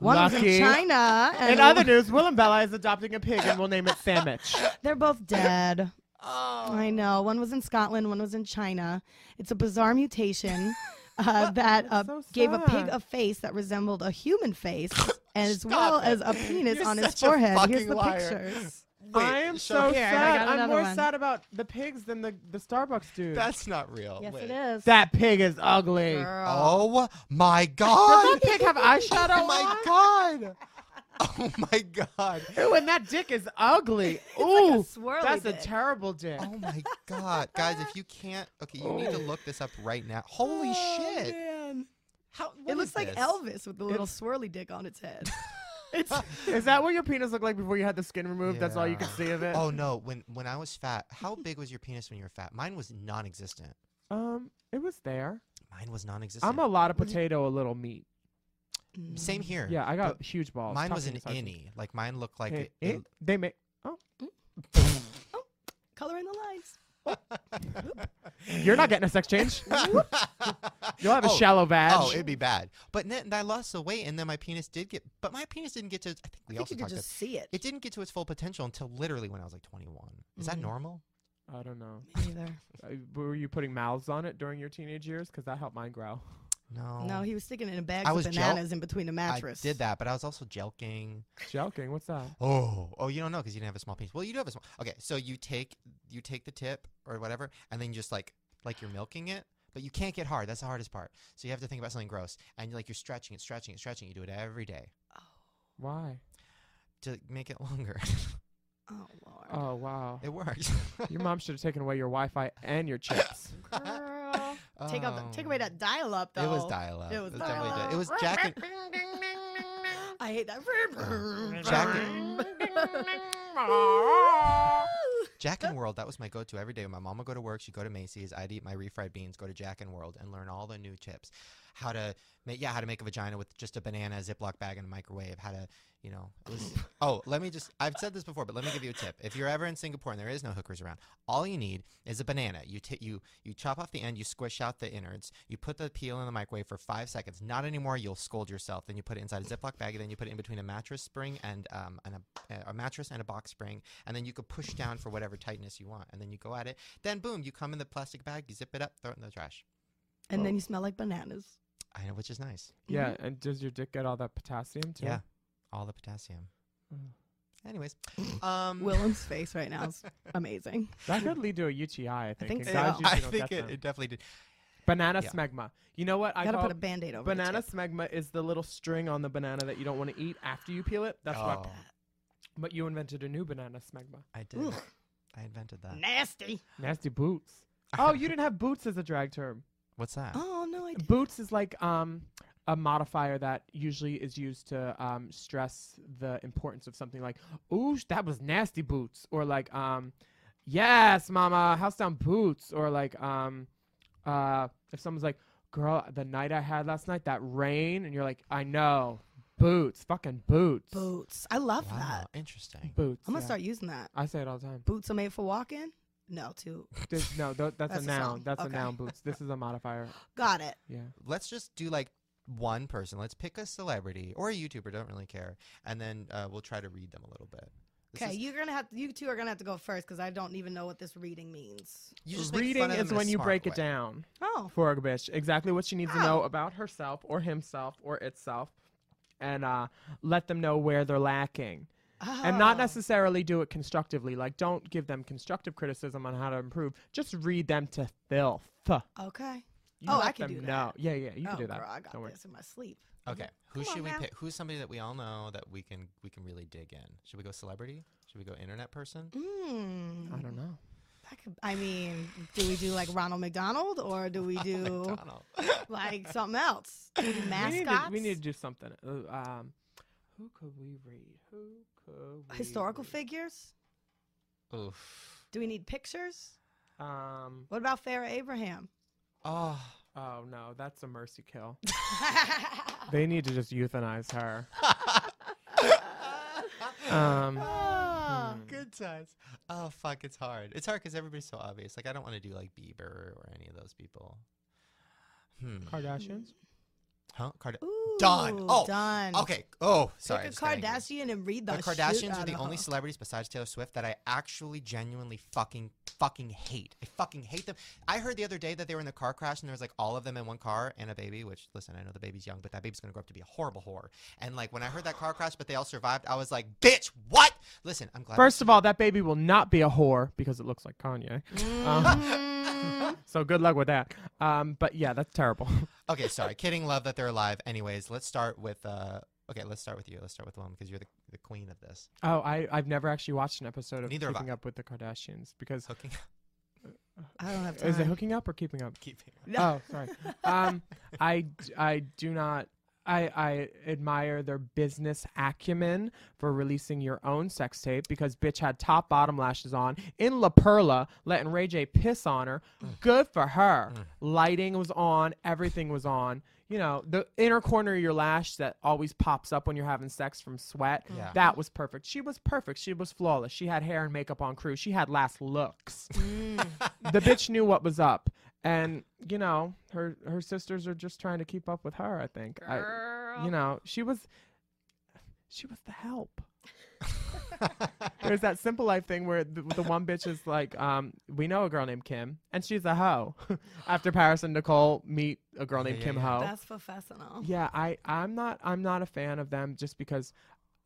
S2: One was
S4: Lucky.
S2: in China, and
S4: In other news, Will and Bella is adopting a pig and we'll name it Sandwich.
S2: they're both dead.
S1: Oh,
S2: I know. One was in Scotland, one was in China. It's a bizarre mutation uh, that uh,
S4: so
S2: gave a pig
S4: sad.
S2: a face that resembled a human face, as well
S1: it.
S2: as a penis
S1: You're
S2: on his
S1: such a
S2: forehead. Here's
S1: fucking
S2: the
S1: liar.
S2: pictures.
S1: wait,
S4: I am
S1: show
S4: so
S1: me-
S2: Here, I
S4: sad.
S2: got
S4: I'm
S2: another
S4: more
S2: one.
S4: sad about the pigs than the, the Starbucks dude.
S1: That's not real.
S2: Yes,
S1: Wait.
S2: it is.
S4: that pig is ugly.
S2: Girl.
S1: Oh my god.
S4: Does that pig have eyeshadow
S1: oh my god. Oh my god.
S4: on? Ooh, and that dick is ugly.
S2: like a
S4: Ooh,
S2: swirly
S4: that's a
S2: dick.
S4: terrible dick.
S1: Oh my god. Guys, if you can't Okay, you need to look this up right now. Holy
S4: Oh,
S1: shit. How what
S2: It
S1: is
S2: looks like
S1: this?
S2: Elvis with the little swirly dick on its head. it's
S4: Is that what your penis looked like before you had the skin removed? That's all you could
S1: Yeah.
S4: see of it.
S1: Oh no, when when I was fat, how big was your penis when you were fat? Mine was non-existent.
S4: Um, it was there.
S1: Mine was non-existent.
S4: I'm a lot of potato, a little meat.
S2: Mm.
S1: Same here.
S4: Yeah, I
S1: but
S4: got huge balls.
S1: Mine
S4: top
S1: was an
S4: penis, large penis.
S1: innie. Like mine looked like
S4: Hey,
S1: it, it,
S4: it- they make. Oh,
S2: color in the lines.
S4: you're not getting a sex change. You'll have a shallow vag.
S1: Oh, it'd be bad. But then I lost the weight, and then my penis did get. But my penis didn't get to. I think we
S2: I think
S1: also
S2: you could
S1: talked
S2: just
S1: about.
S2: see it.
S1: It didn't get to its full potential until literally when I was like 21. Is that
S4: Mm.
S2: Mhm.
S1: normal?
S4: I don't know.
S2: Me neither.
S4: Uh, Were you putting mouths on it during your teenage years? Because that helped mine grow.
S1: No.
S2: No, he was sticking it in bags
S1: Oh. I
S2: of
S1: was gel-
S2: bananas in between the
S1: I
S2: mattress.
S1: did that, but I was also jelking.
S4: Joking. What's that?
S1: Oh, oh, you don't know because you didn't have a small penis. Well, you do have a small. Okay, so you take you take the tip or whatever, and then you just like like you're milking it, but you can't get hard. That's the hardest part. So you have to think about something gross, and you're like you're stretching it, stretching it, stretching. it. You do it every day
S4: Why?
S1: to make it longer.
S2: Oh lord.
S4: Oh wow.
S1: it works.
S4: Your mom should have taken away your Wi-Fi and your chips.
S2: Girl. take out the, take away
S1: Um,
S2: that dial up though.
S1: It was dial up.
S2: It was
S1: definitely di-
S2: dial-up.
S1: It was Jack and
S2: I hate that.
S1: Jack and Jack and World. That was my go-to every day. When my mom would go to work, she'd go to Macy's. I'd eat my refried beans, go to Jack and World, and learn all the new chips. How to make yeah, how to make a vagina with just a banana Ziploc bag and a microwave. How to you know. It was, oh, let me just. I've said this before, but let me give you a tip. If you're ever in Singapore and there is no hookers around, all you need is a banana. You t- you you chop off the end, you squish out the innards, you put the peel in the microwave for five seconds. Not anymore. You'll scold yourself. Then you put it inside a Ziploc bag, and then you put it in between a mattress spring and um and a, a mattress and a box spring, and then you could push down for whatever tightness you want, and then you go at it. Then boom, you come in the plastic bag, you zip it up, throw it in the trash.
S2: And then you smell like bananas.
S1: I know, which is nice.
S4: Yeah, and does your dick get all that potassium too?
S1: Mm-hmm. Yeah, all the potassium.
S4: Mm.
S1: Anyways, um,
S2: Willem's face right now is amazing.
S4: That could lead to a UTI, I think.
S2: think
S4: and
S2: so.
S4: guys
S1: yeah,
S4: usually
S1: I
S4: don't
S1: think
S4: get
S1: it,
S4: them.
S1: it definitely did.
S4: banana
S1: yeah.
S4: smegma. You know what I
S2: Gotta
S4: call
S2: put a band aid over
S4: banana
S2: the tip.
S4: smegma is the little string on the banana that you don't want to eat after you peel it. That's what.
S1: Oh,
S4: But you invented a new banana smegma.
S1: I did. I invented that.
S2: Nasty.
S4: Nasty boots. Oh, you didn't have boots as a drag term.
S1: What's that?
S2: Oh no, I did.
S4: Boots is like um a modifier that usually is used to um stress the importance of something like ooh sh- that was nasty boots or like um yes mama house down boots or like um uh if someone's like girl the night I had last night that rain and you're like I know boots fucking boots
S2: Boots. I love
S1: wow,
S2: that.
S1: interesting.
S4: boots
S2: I'm gonna
S4: yeah.
S2: start using that.
S4: I say it all the time
S2: Boots are made for walking. No, too.
S4: This- no th- that's,
S2: That's
S4: a
S2: a
S4: noun
S2: song.
S4: that's
S2: Okay.
S4: a noun boots this is a modifier
S2: Got it.
S4: yeah
S1: Let's just do like one person. Let's pick a celebrity or a YouTuber. Don't really care, and then uh, we'll try to read them a little bit. This
S2: Okay,
S1: is-
S2: you're gonna have you two are gonna have to go first because I don't even know what this reading means.
S1: you just make
S4: Reading
S1: fun of them
S4: is
S1: in a
S4: when you
S1: smart
S4: break
S1: way.
S4: it down
S2: Oh,
S4: for a bitch exactly what she needs to
S2: Oh.
S4: know about herself or himself or itself, and uh, let them know where they're lacking. and not
S2: Oh.
S4: necessarily do it constructively. Like, don't give them constructive criticism on how to improve. Just read them to filth.
S2: Okay.
S4: You
S2: Oh, I
S4: let
S2: can
S4: them
S2: do that.
S4: know. Yeah, yeah, you
S2: oh,
S4: can do that.
S2: Girl, I got
S4: Don't worry.
S2: this in my sleep.
S1: Okay, who
S2: Mm-hmm. Come on
S1: should we
S2: now.
S1: pick? Who's somebody that we all know that we can we can really dig in? Should we go celebrity? Should we go internet person?
S2: Mm,
S4: I don't know.
S2: that could, I mean, do we do like Ronald McDonald or do we do
S1: McDonald.
S2: like something else? Do we do
S4: We need,
S2: mascots?
S4: to, we need to do something. Uh, um, who could we read? Who could we
S2: historical
S4: read?
S2: figures.
S1: Oof.
S2: Do we need pictures?
S4: Um.
S2: What about Farrah Abraham?
S1: Oh,
S4: Oh no, that's a mercy kill.
S2: Hmm.
S4: they need to just euthanize her. um.
S1: Ah,
S4: Hmm.
S1: good times. Oh fuck, it's hard. It's hard because everybody's so obvious. Like I don't want to do like Bieber or any of those people. Hmm.
S4: Kardashians.
S1: Huh? Card-
S2: Ooh,
S1: Done. Oh,
S2: done.
S1: okay. Oh, sorry. I
S2: Pick a
S1: just got angry.
S2: Kardashian and read the,
S1: The
S2: shit
S1: Kardashians are
S2: out
S1: the
S2: of
S1: only
S2: her.
S1: celebrities besides Taylor Swift that I actually genuinely fucking fucking hate. I fucking hate them. I heard the other day that they were in the car crash and there was like all of them in one car and a baby, which listen, I know the baby's young, but that baby's gonna grow up to be a horrible whore. And like when I heard that car crash, but they all survived, I was like, bitch, what? Listen, I'm glad
S4: First of all, that baby will not be a whore because it looks like Kanye. Um,
S1: Mm-hmm.
S2: Mm,
S4: so good luck with that. Um, but yeah, that's terrible.
S1: Okay, sorry. Kidding, love that they're alive. Anyways, let's start with uh okay, let's start with you. Let's start with one because you're the, the queen of this.
S4: Oh, I, I've never actually watched an episode of
S1: Neither have
S4: Keeping
S1: I.
S4: Up with the Kardashians because
S1: Hooking
S2: I don't have time.
S4: is it hooking up or keeping up?
S1: keeping
S4: Oh, sorry. Um, I, d- I do not. I, I admire their business acumen for releasing your own sex tape because bitch had top bottom lashes on in La Perla, letting Ray J piss on her. Good for her. Lighting was on, everything was on. You know, the inner corner of your lash that always pops up when you're having sex from sweat.
S1: Yeah.
S4: That was perfect. She was perfect. She was flawless. She had hair and makeup on crew. She had last looks the bitch knew what was up and you know her her sisters are just trying to keep up with her i think I, you know she was she was the help there's that simple life thing where the, the one bitch is like um we know a girl named kim and she's a hoe after paris and nicole meet a girl
S1: Yeah,
S4: named
S1: yeah,
S4: kim
S1: yeah.
S4: hoe
S2: That's professional.
S4: yeah, I I'm not I'm not a fan of them just because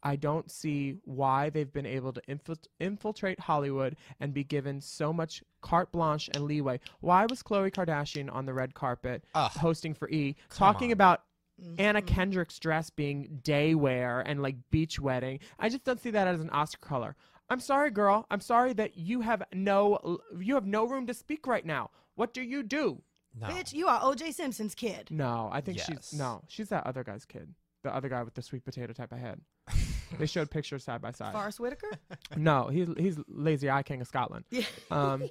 S4: I don't see why they've been able to infilt- infiltrate Hollywood and be given so much carte blanche and leeway. Why was Khloe Kardashian on the red carpet
S1: Ugh.
S4: hosting for E talking
S1: on.
S4: about
S2: Mm-hmm.
S4: Anna Kendrick's dress being day wear and like beach wedding? I just don't see that as an Oscar color. I'm sorry, girl. I'm sorry that you have no you have no room to speak right now. What do you do?
S1: No.
S2: Bitch, you are OJ Simpson's kid.
S4: No, I think
S1: Yes.
S4: she's no, she's that other guy's kid. The other guy with the sweet potato type of head. they showed pictures side by side.
S2: Forrest Whitaker?
S4: No, he's he's lazy eye king of Scotland.
S2: Yeah.
S4: Um,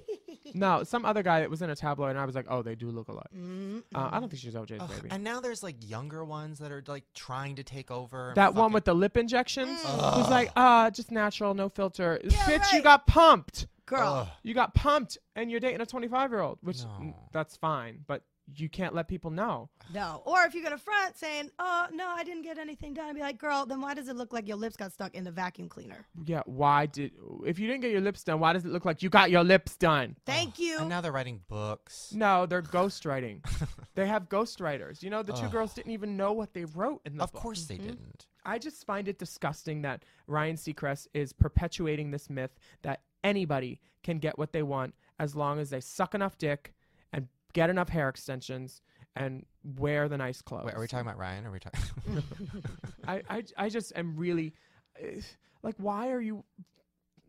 S4: no, some other guy that was in a tabloid, and I was like, oh, they do look alike.
S2: Mm,
S4: Uh, I don't think she's OJ's
S1: Ugh,
S4: baby.
S1: and now there's like younger ones that are like trying to take over. and
S4: that one
S1: fucking-
S4: with the lip injections, who's
S1: Ugh.
S4: like, ah, just natural, no filter. Bitch, you
S2: right.
S4: got pumped.
S2: Girl.
S1: Ugh.
S4: You got pumped, and you're dating a 25 year old, which mm,
S1: No.
S4: that's fine, but you can't let people know.
S2: No. Or if you're going to front saying, oh, no, I didn't get anything done, I'd be like, girl, then why does it look like your lips got stuck in the vacuum cleaner?
S4: Yeah, why did if you didn't get your lips done, why does it look like you got your lips done?
S2: Thank you.
S1: And now they're writing books.
S4: No, they're ghostwriting. they have ghostwriters. You know, the two
S1: Ugh.
S4: girls didn't even know what they wrote in the
S1: Of
S4: book. Mm-hmm.
S1: course they didn't.
S4: I just find it disgusting that Ryan Seacrest is perpetuating this myth that anybody can get what they want as long as they suck enough dick and get enough hair extensions and wear the nice clothes.
S1: Wait, are we talking about Ryan? Or are we
S4: Mm-hmm.
S1: talking?
S4: I, I, I just am really eh, like, why are you,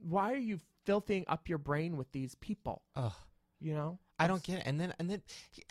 S4: why are you filthing up your brain with these people?
S1: Ugh.
S4: You know?
S1: I don't get it. And then and then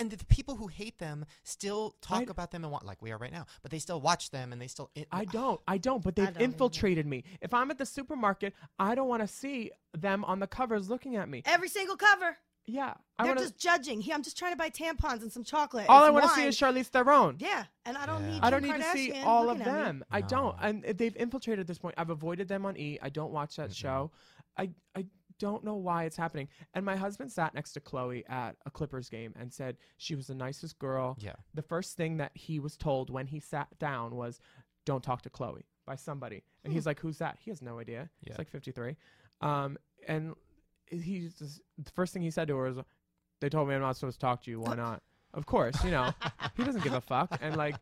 S1: and the people who hate them still talk
S4: I'd-
S1: about them and want like we are right now, but they still watch them and they still. in-
S4: I don't. I don't. But they've
S2: don't either.
S4: infiltrated me. If I'm at the supermarket, I don't want to see them on the covers looking at me.
S2: Every single cover.
S4: Yeah, I
S2: They're
S4: want to.
S2: just judging. Here, I'm just trying to buy tampons and some chocolate. and
S4: All I
S2: some
S4: want to see
S2: wine.
S4: is Charlize Theron.
S2: Yeah. And I don't
S1: Yeah.
S2: need
S4: I don't
S2: Kim
S4: need to see
S2: Kardashian
S4: all of
S2: looking at me.
S4: them. I don't.
S1: No.
S4: And they've infiltrated this point. I've avoided them on E. I don't watch that show. I I don't know why it's happening. And my husband sat next to Chloe at a Clippers game and said she was the nicest girl.
S1: Yeah.
S4: The first thing that he was told when he sat down was, "Don't talk to Chloe." by somebody. And he's like, Who's that? He has no idea.
S1: Yeah.
S4: He's like 53. Um, and he's just, the first thing he said to her was, They told me I'm not supposed to talk to you. Why not? Of course, you know, he doesn't give a fuck. And like,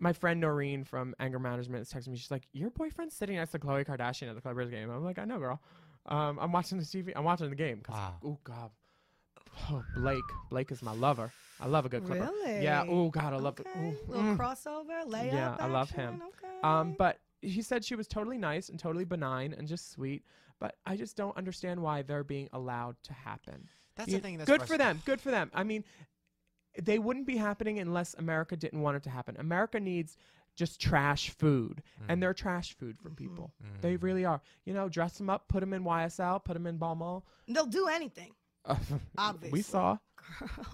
S4: my friend Noreen from Anger Management is texting me. She's like, Your boyfriend's sitting next to Khloe Kardashian at the Clippers game. I'm like, I know, girl. Um, I'm watching the TV. I'm watching the game. 'cause,
S1: Wow.
S4: Oh, God. Oh, Blake. Blake is my lover. I love a good Clipper. Yeah.
S2: Really?
S4: Oh, God. I love
S2: okay.
S4: it. Ooh,
S2: Little
S4: mm.
S2: crossover, layup.
S4: Yeah, I love him.
S2: action, Okay.
S4: Um, but she said she was totally nice and totally benign and just sweet. But I just don't understand why they're being allowed to happen.
S1: That's
S4: You-
S1: the thing. That's
S4: good for
S1: frustrating.
S4: them. Good for them. I mean, they wouldn't be happening unless America didn't want it to happen. America needs just trash food, and they're trash food for
S1: Mm-hmm.
S4: people. They really are. You know, dress them up, put them in YSL, put them in Balmain.
S2: they'll do anything.
S4: we
S2: Obviously.
S4: saw.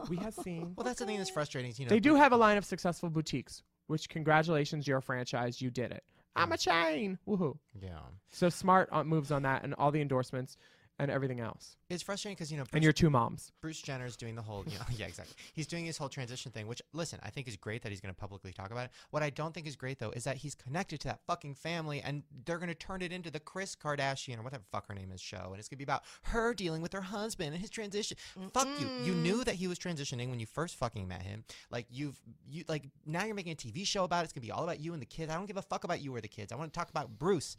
S4: We have seen.
S1: Well, that's the thing that's frustrating. is, You know,
S4: They do have a line of successful boutiques, which congratulations, your franchise, you did it. I'm a chain. Woohoo.
S1: Yeah,
S4: So smart on moves on that and all the endorsements and everything else.
S1: it's frustrating because you know,
S4: And
S1: Bruce,
S4: your two moms.
S1: Bruce Jenner's doing the whole. You know, yeah, exactly. He's doing his whole transition thing, which listen, I think is great that he's going to publicly talk about it. What I don't think is great though is that he's connected to that fucking family, and they're going to turn it into the Chris Kardashian or whatever fuck her name is show, and it's going to be about her dealing with her husband and his transition. Fuck you. You knew that he was transitioning when you first fucking met him. Like you've you like now you're making a TV show about it. It's going to be all about you and the kids. I don't give a fuck about you or the kids. I want to talk about Bruce.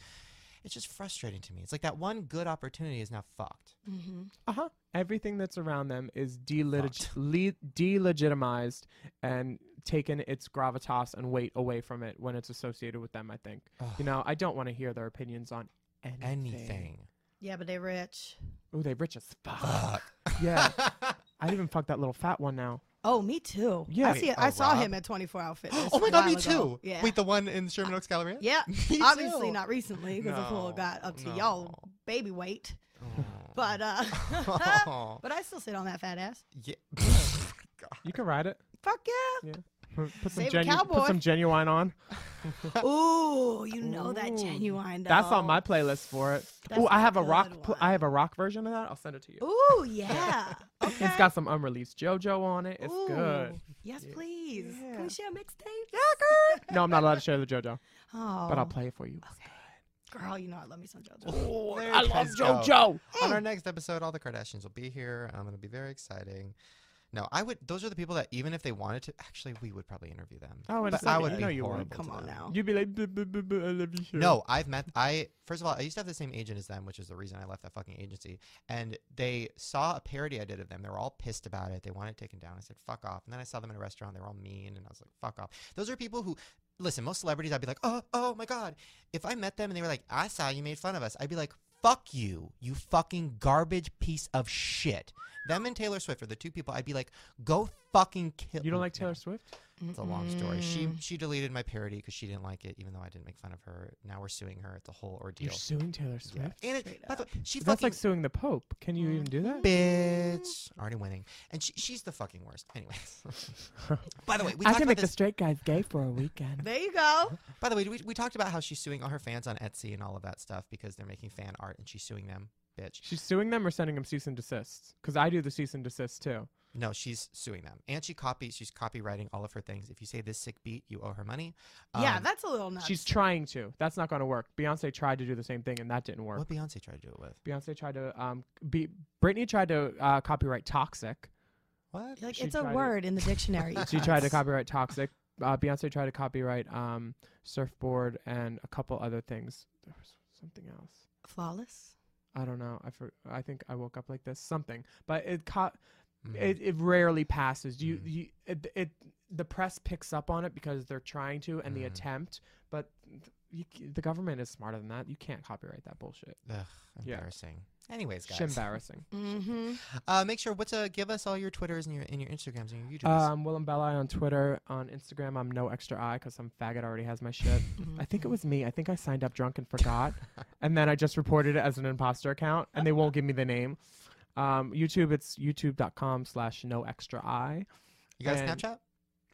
S1: It's just frustrating to me. It's like that one good opportunity is now fucked.
S4: Uh
S2: Uh-huh.
S4: huh. Everything that's around them is deletig- le- delegitimized and taken its gravitas and weight away from it when it's associated with them, I think. You know, I don't want to hear their opinions on anything.
S1: Anything.
S2: Yeah, but they rich.
S4: Ooh, they rich as fuck. yeah. I even fucked that little fat one now.
S2: Oh, me too.
S4: Yeah.
S2: I see.
S1: Wait,
S2: I
S1: oh,
S2: saw
S1: Rob?
S2: him at 24 Hour Fitness.
S1: Oh
S2: a
S1: my god, me
S2: while
S1: too.
S2: ago. Yeah.
S1: Wait, the one in Sherman Oaks Galleria?
S2: yeah.
S1: Me
S2: Obviously
S1: too.
S2: not recently because the fool
S1: No,
S2: got up to
S1: no.
S2: y'all baby weight. But uh,
S1: Oh.
S2: but I still sit on that fat ass.
S1: Yeah. Oh
S4: You can ride it.
S2: Fuck yeah.
S4: Yeah. Put some,
S2: Save a
S4: genu-
S2: cowboy.
S4: put some genuine on.
S2: Ooh, you know that genuine. Though.
S4: That's on my playlist for it.
S2: That's
S4: Oh, I
S2: a
S4: have a
S2: good
S4: rock. Pl-
S2: one.
S4: I have a rock version of that. I'll send it to you.
S2: Ooh, yeah. Okay.
S4: It's got some unreleased JoJo on it. It's good.
S2: Ooh. Yes, please. Can
S4: Yeah.
S2: we share a mixtape? Yeah,
S4: No, I'm not allowed to share the JoJo,
S2: Oh,
S4: but I'll play Oh, it for you.
S2: girl, you know I love me some JoJo.
S1: There
S4: I
S1: you
S4: love
S1: guys go.
S4: JoJo.
S1: On
S2: Oh,
S1: our next episode, all the Kardashians will be here. Um, it'll be very exciting. No, I would. Those are the people that even if they wanted to, actually, we would probably interview them.
S4: Oh, and
S1: but
S4: it's
S1: I
S4: like-
S1: would
S4: I
S1: be
S4: know you would.
S1: horrible to
S2: Come on
S1: them.
S2: now.
S4: You'd be like, "Buh, buh, buh, buh, I love you. Here.
S1: No, I've met. I first of all, I used to have the same agent as them, which is the reason I left that fucking agency. And they saw a parody I did of them. They were all pissed about it. They wanted it taken down. I said, "Fuck off." And then I saw them in a restaurant. They were all mean, and I was like, "Fuck off." Those are people who listen. Most celebrities, I'd be like, "Oh, oh my god." If I met them and they were like, "I saw you made fun of us," I'd be like, "Fuck you, you fucking garbage piece of shit." Them and Taylor Swift are the two people I'd be like, "Go fucking kill."
S4: You don't
S1: Ooh,
S4: like
S1: no.
S4: Taylor Swift?
S1: It's a long story. She
S4: Mm.
S1: she deleted my parody because she didn't like it, even though I didn't make fun of her. Now we're suing her. It's a whole ordeal.
S4: You're suing Taylor
S1: Yeah.
S4: Swift?
S1: And it, by the way, she
S4: That's
S1: fucking
S4: like suing the Pope. Can you even do that?
S1: bitch. Already winning, and she, she's the fucking worst. Anyways, by the way, we
S4: I
S1: talked
S4: can
S1: about
S4: make the
S1: this.
S4: straight guys gay for a weekend.
S2: There you go.
S1: By the way, we, we talked about how she's suing all her fans on Etsy and all of that stuff because they're making fan art, and she's suing them, bitch.
S4: She's suing them or sending them cease and desists? Because I do the cease and desist too.
S1: No, she's suing them, and she copies. She's copywriting all of her things. If you say this sick beat, you owe her money.
S2: yeah,
S1: Um,
S2: that's a little nuts.
S4: Uh, She's trying to. That's not going to work. Beyonce tried to do the same thing and that didn't work.
S1: what Beyonce tried to do it with.
S4: Beyonce tried to um be Britney tried to uh, copyright toxic.
S1: What?
S2: like
S4: she
S2: it's a
S4: tried it.
S2: word in the dictionary. you
S4: She tried to
S2: guys.
S4: copyright toxic. Uh, Beyonce tried to copyright um surfboard and a couple other things. There was something else.
S2: flawless.
S4: I don't know. I for, I think I woke up like this something, but it caught.
S1: Mm.
S4: It, it rarely passes. You, you it, it the press picks up on it because they're trying to and the attempt, but th- you, c- the government is smarter than that. You can't copyright that bullshit.
S1: Ugh,
S4: Yeah.
S1: embarrassing. Anyways,
S4: It's
S1: guys.
S4: embarrassing.
S2: Mm-hmm.
S1: Uh, make sure what's uh give us all your Twitters and your and your Instagrams and your YouTubes.
S4: Um, Willem Belli on Twitter. On Instagram, I'm no extra I because some faggot already has my shit. I think it was me. I think I signed up drunk and forgot. and then I just reported it as an imposter account and they won't give me the name. Um, YouTube, it's youtube.com slash no extra I.
S1: you got a
S4: and-
S1: Snapchat?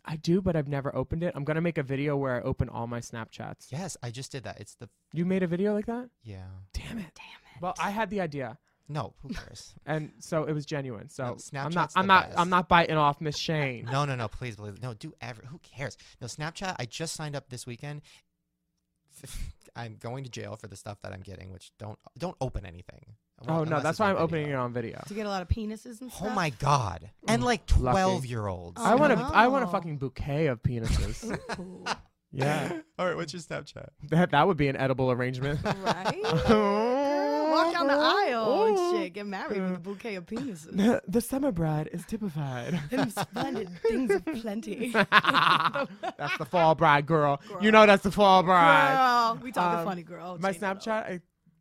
S4: I do, but I've never opened it. I'm going to make a video where I open all my Snapchats.
S1: Yes, I just did that. It's the
S4: You made a video like that?
S1: yeah.
S4: Damn it. Damn it. Well, I had the idea.
S1: No, who cares?
S4: And so it was genuine. So I'm not,
S1: Snapchat's the
S4: I'm not,
S1: best.
S4: I'm not biting off Miss Shane.
S1: no, no, no. Please believe. No, do ever. Who cares? No, Snapchat. I just signed up this weekend. I'm going to jail for the stuff that I'm getting, which don't don't open anything. Well,
S4: Oh no,
S1: unless
S4: that's
S1: it's
S4: why
S1: on
S4: I'm
S1: video.
S4: opening it on video.
S2: to get a lot of penises and
S1: Oh
S2: stuff.
S1: my god! And like
S4: lucky.
S1: twelve year olds.
S2: Oh,
S4: I want to. I want a
S2: no.
S4: fucking bouquet of penises.
S2: Ooh,
S4: yeah,
S1: All right, what's your Snapchat?
S4: that that would be an edible arrangement.
S2: right? Girl, walk down the aisle
S4: Oh.
S2: and shit. Get married with a bouquet of penises.
S4: The, the summer bride is typified.
S2: Them splendid things of plenty.
S4: that's the fall bride, girl. You know that's the fall bride.
S2: Girl, we talking
S4: Um,
S2: funny, girl.
S4: My
S2: Jane, hello.
S4: Snapchat, I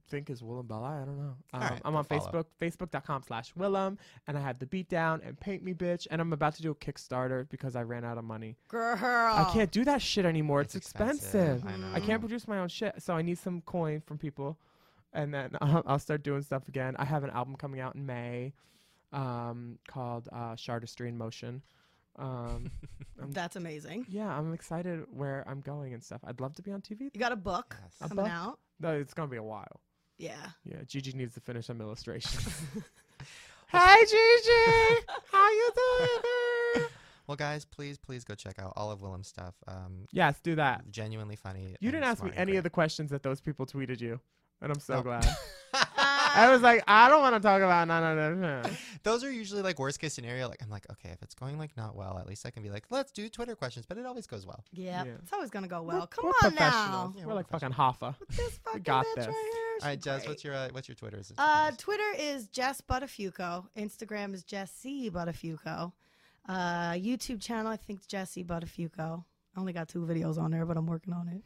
S4: think, is Willem Bella. I don't know. Um,
S1: right,
S4: I'm
S1: go
S4: on
S1: follow.
S4: Facebook, facebook.com slash Willem, and I have the beatdown and paint me, bitch. And I'm about to do a Kickstarter because I ran out of money.
S2: Girl,
S4: I can't do that shit anymore. It's, expensive.
S1: I know.
S4: I can't produce my own shit, so I need some coin from people, and then I'll, I'll start doing stuff again. I have an album coming out in May, um, called uh, Shardistry in Motion. Um,
S2: That's amazing.
S4: yeah, I'm excited where I'm going and stuff. I'd love to be on TV.
S2: You got a book
S1: Yes. A
S2: coming
S4: book?
S2: out.
S4: No, it's gonna be a while.
S2: Yeah.
S4: Yeah, Gigi needs to finish some illustrations. hey, Gigi, how you doing? babe?
S1: Well, guys, please, please go check out all of Willem's stuff. Um,
S4: yes, do that.
S1: genuinely funny.
S4: You didn't ask me any of the questions that those people tweeted you, and I'm so
S1: No.
S4: glad. I was like, I don't want to talk about no, no, no, no.
S1: Those are usually like worst case scenario. Like I'm like, okay, if it's going like not well, at least I can be like, let's do Twitter questions. But it always goes well.
S2: Yeah.
S4: Yeah.
S2: It's always gonna go well.
S4: We're-
S2: Come
S4: we're
S2: on
S4: professionals.
S2: now.
S1: Yeah,
S4: we're
S1: we're
S4: like fucking Hoffa.
S2: This fucking
S4: got
S2: bitch
S4: this.
S2: right here.
S1: All right,
S2: she's
S1: Jazz,
S2: great.
S1: what's your uh, what's your Twitter? Is it
S2: Uh,
S1: is-
S2: Twitter is Jess Buttafuoco. Instagram is Jesse Buttafuoco. Uh, YouTube channel, I think Jesse Buttafuoco. I only got two videos on there, but I'm working on it.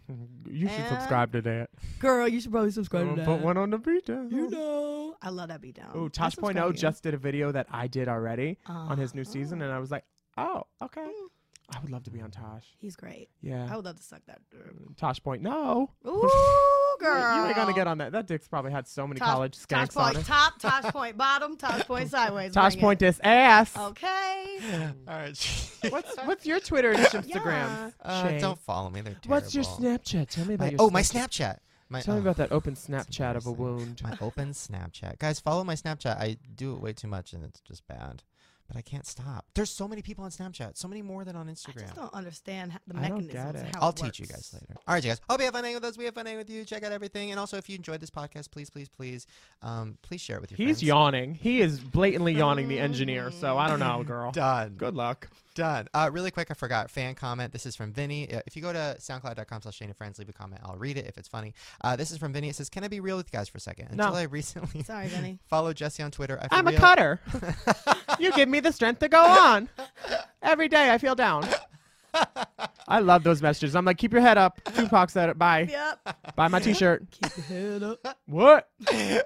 S4: You should
S2: And-
S4: subscribe to that.
S2: Girl, you should probably subscribe
S4: We'll
S2: to that.
S4: Put one on the video.
S2: You know, I love that beat down.
S4: Ooh, Tosh.0 just did a video that I did already on his new season, and I was like, oh, okay.
S2: Uh-huh. Mm. Oh.
S4: I would love to be on Tosh.
S2: He's great. I
S4: Yeah.
S2: would love to suck that. dick.
S4: Tosh Point, no.
S2: Ooh,
S4: You-
S2: girl.
S4: You ain't gonna get on that. That dick's probably had so many
S2: Tosh-
S4: college
S2: Tosh
S4: skanks on
S2: point
S4: it.
S2: top, Tosh point bottom, Tosh point sideways.
S4: Tosh
S2: Bring it. Oh.
S4: Point this ass.
S2: Okay.
S1: all right.
S4: What's what's your Twitter and Instagram?
S1: Uh,
S4: Shane?
S1: don't follow me. They're terrible.
S4: What's your Snapchat? Tell me about
S1: My-
S4: your
S1: oh, my
S4: Snapchat.
S1: Snapchat. My,
S4: Tell me
S1: oh,
S4: about that open
S1: it's
S4: Snapchat of a
S1: embarrassing.
S4: wound.
S1: My open Snapchat. Guys, follow my Snapchat. I do it way too much and it's just bad. But I can't stop. There's so many people on Snapchat, so many more than on
S2: I
S1: Instagram.
S2: just don't understand ho- the
S4: I don't
S2: mechanisms.
S4: get
S2: and
S4: it.
S2: How
S1: I'll
S2: it
S1: teach you
S2: works.
S1: guys later. All right, you guys. Hope you have fun hanging with us. We have fun hanging with you. Check out everything. And also, if you enjoyed this podcast, please, please, please, um, please share it with your friends.
S4: He's yawning. He is blatantly yawning, the engineer. So I don't know, girl.
S1: Done.
S4: Good luck.
S1: Done. Uh, really quick, I forgot. Fan comment. This is from Vinny. Uh, If you go to soundcloud.com slash Shane and Friends, leave a comment. I'll read it if it's funny. Uh, this is from Vinny. It says, Can I be real with you guys for a second?
S4: No.
S1: Until I recently
S2: Sorry, Benny.
S1: followed Jesse on Twitter. I for
S4: I'm a
S1: real-
S4: cutter. you give me the strength to go on. Every day I feel down. I love those messages. I'm like, keep your head up. Tupac said it. Bye.
S2: Yep.
S4: Buy my t-shirt.
S2: Keep your head up.
S4: What?
S1: oh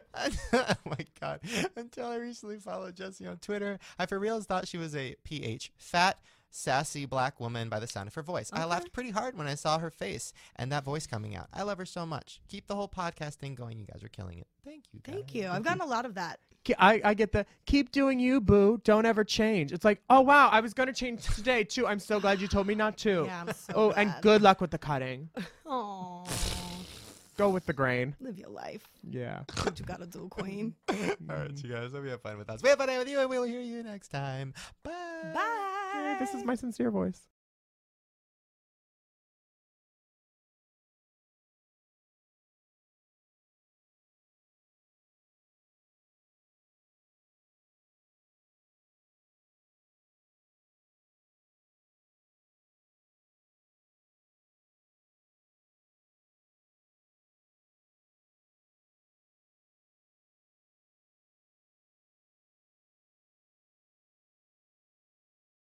S1: my god! Until I recently followed Jessie on Twitter, I for reals thought she was a ph fat, sassy black woman by the sound of her voice. I laughed pretty hard when I saw her face and that voice coming out. I love her so much. Keep the whole podcast thing going. You guys are killing it. Thank you.
S2: Thank
S1: guys.
S2: you. I've gotten a lot of that.
S4: Ke- I, I get the keep doing you, boo. Don't ever change. It's like, oh wow, I was gonna change today too. I'm so glad you told me not to.
S2: Yeah, I'm so
S4: oh, and
S2: glad.
S4: good luck with the cutting.
S2: Aw.
S4: Go with the grain.
S2: Live your life.
S4: Yeah.
S2: What you gotta do, queen.
S1: All right, you guys. Hope you have fun with us. We have fun with you, and we will hear you next time. Bye.
S2: Bye.
S4: This is my sincere voice.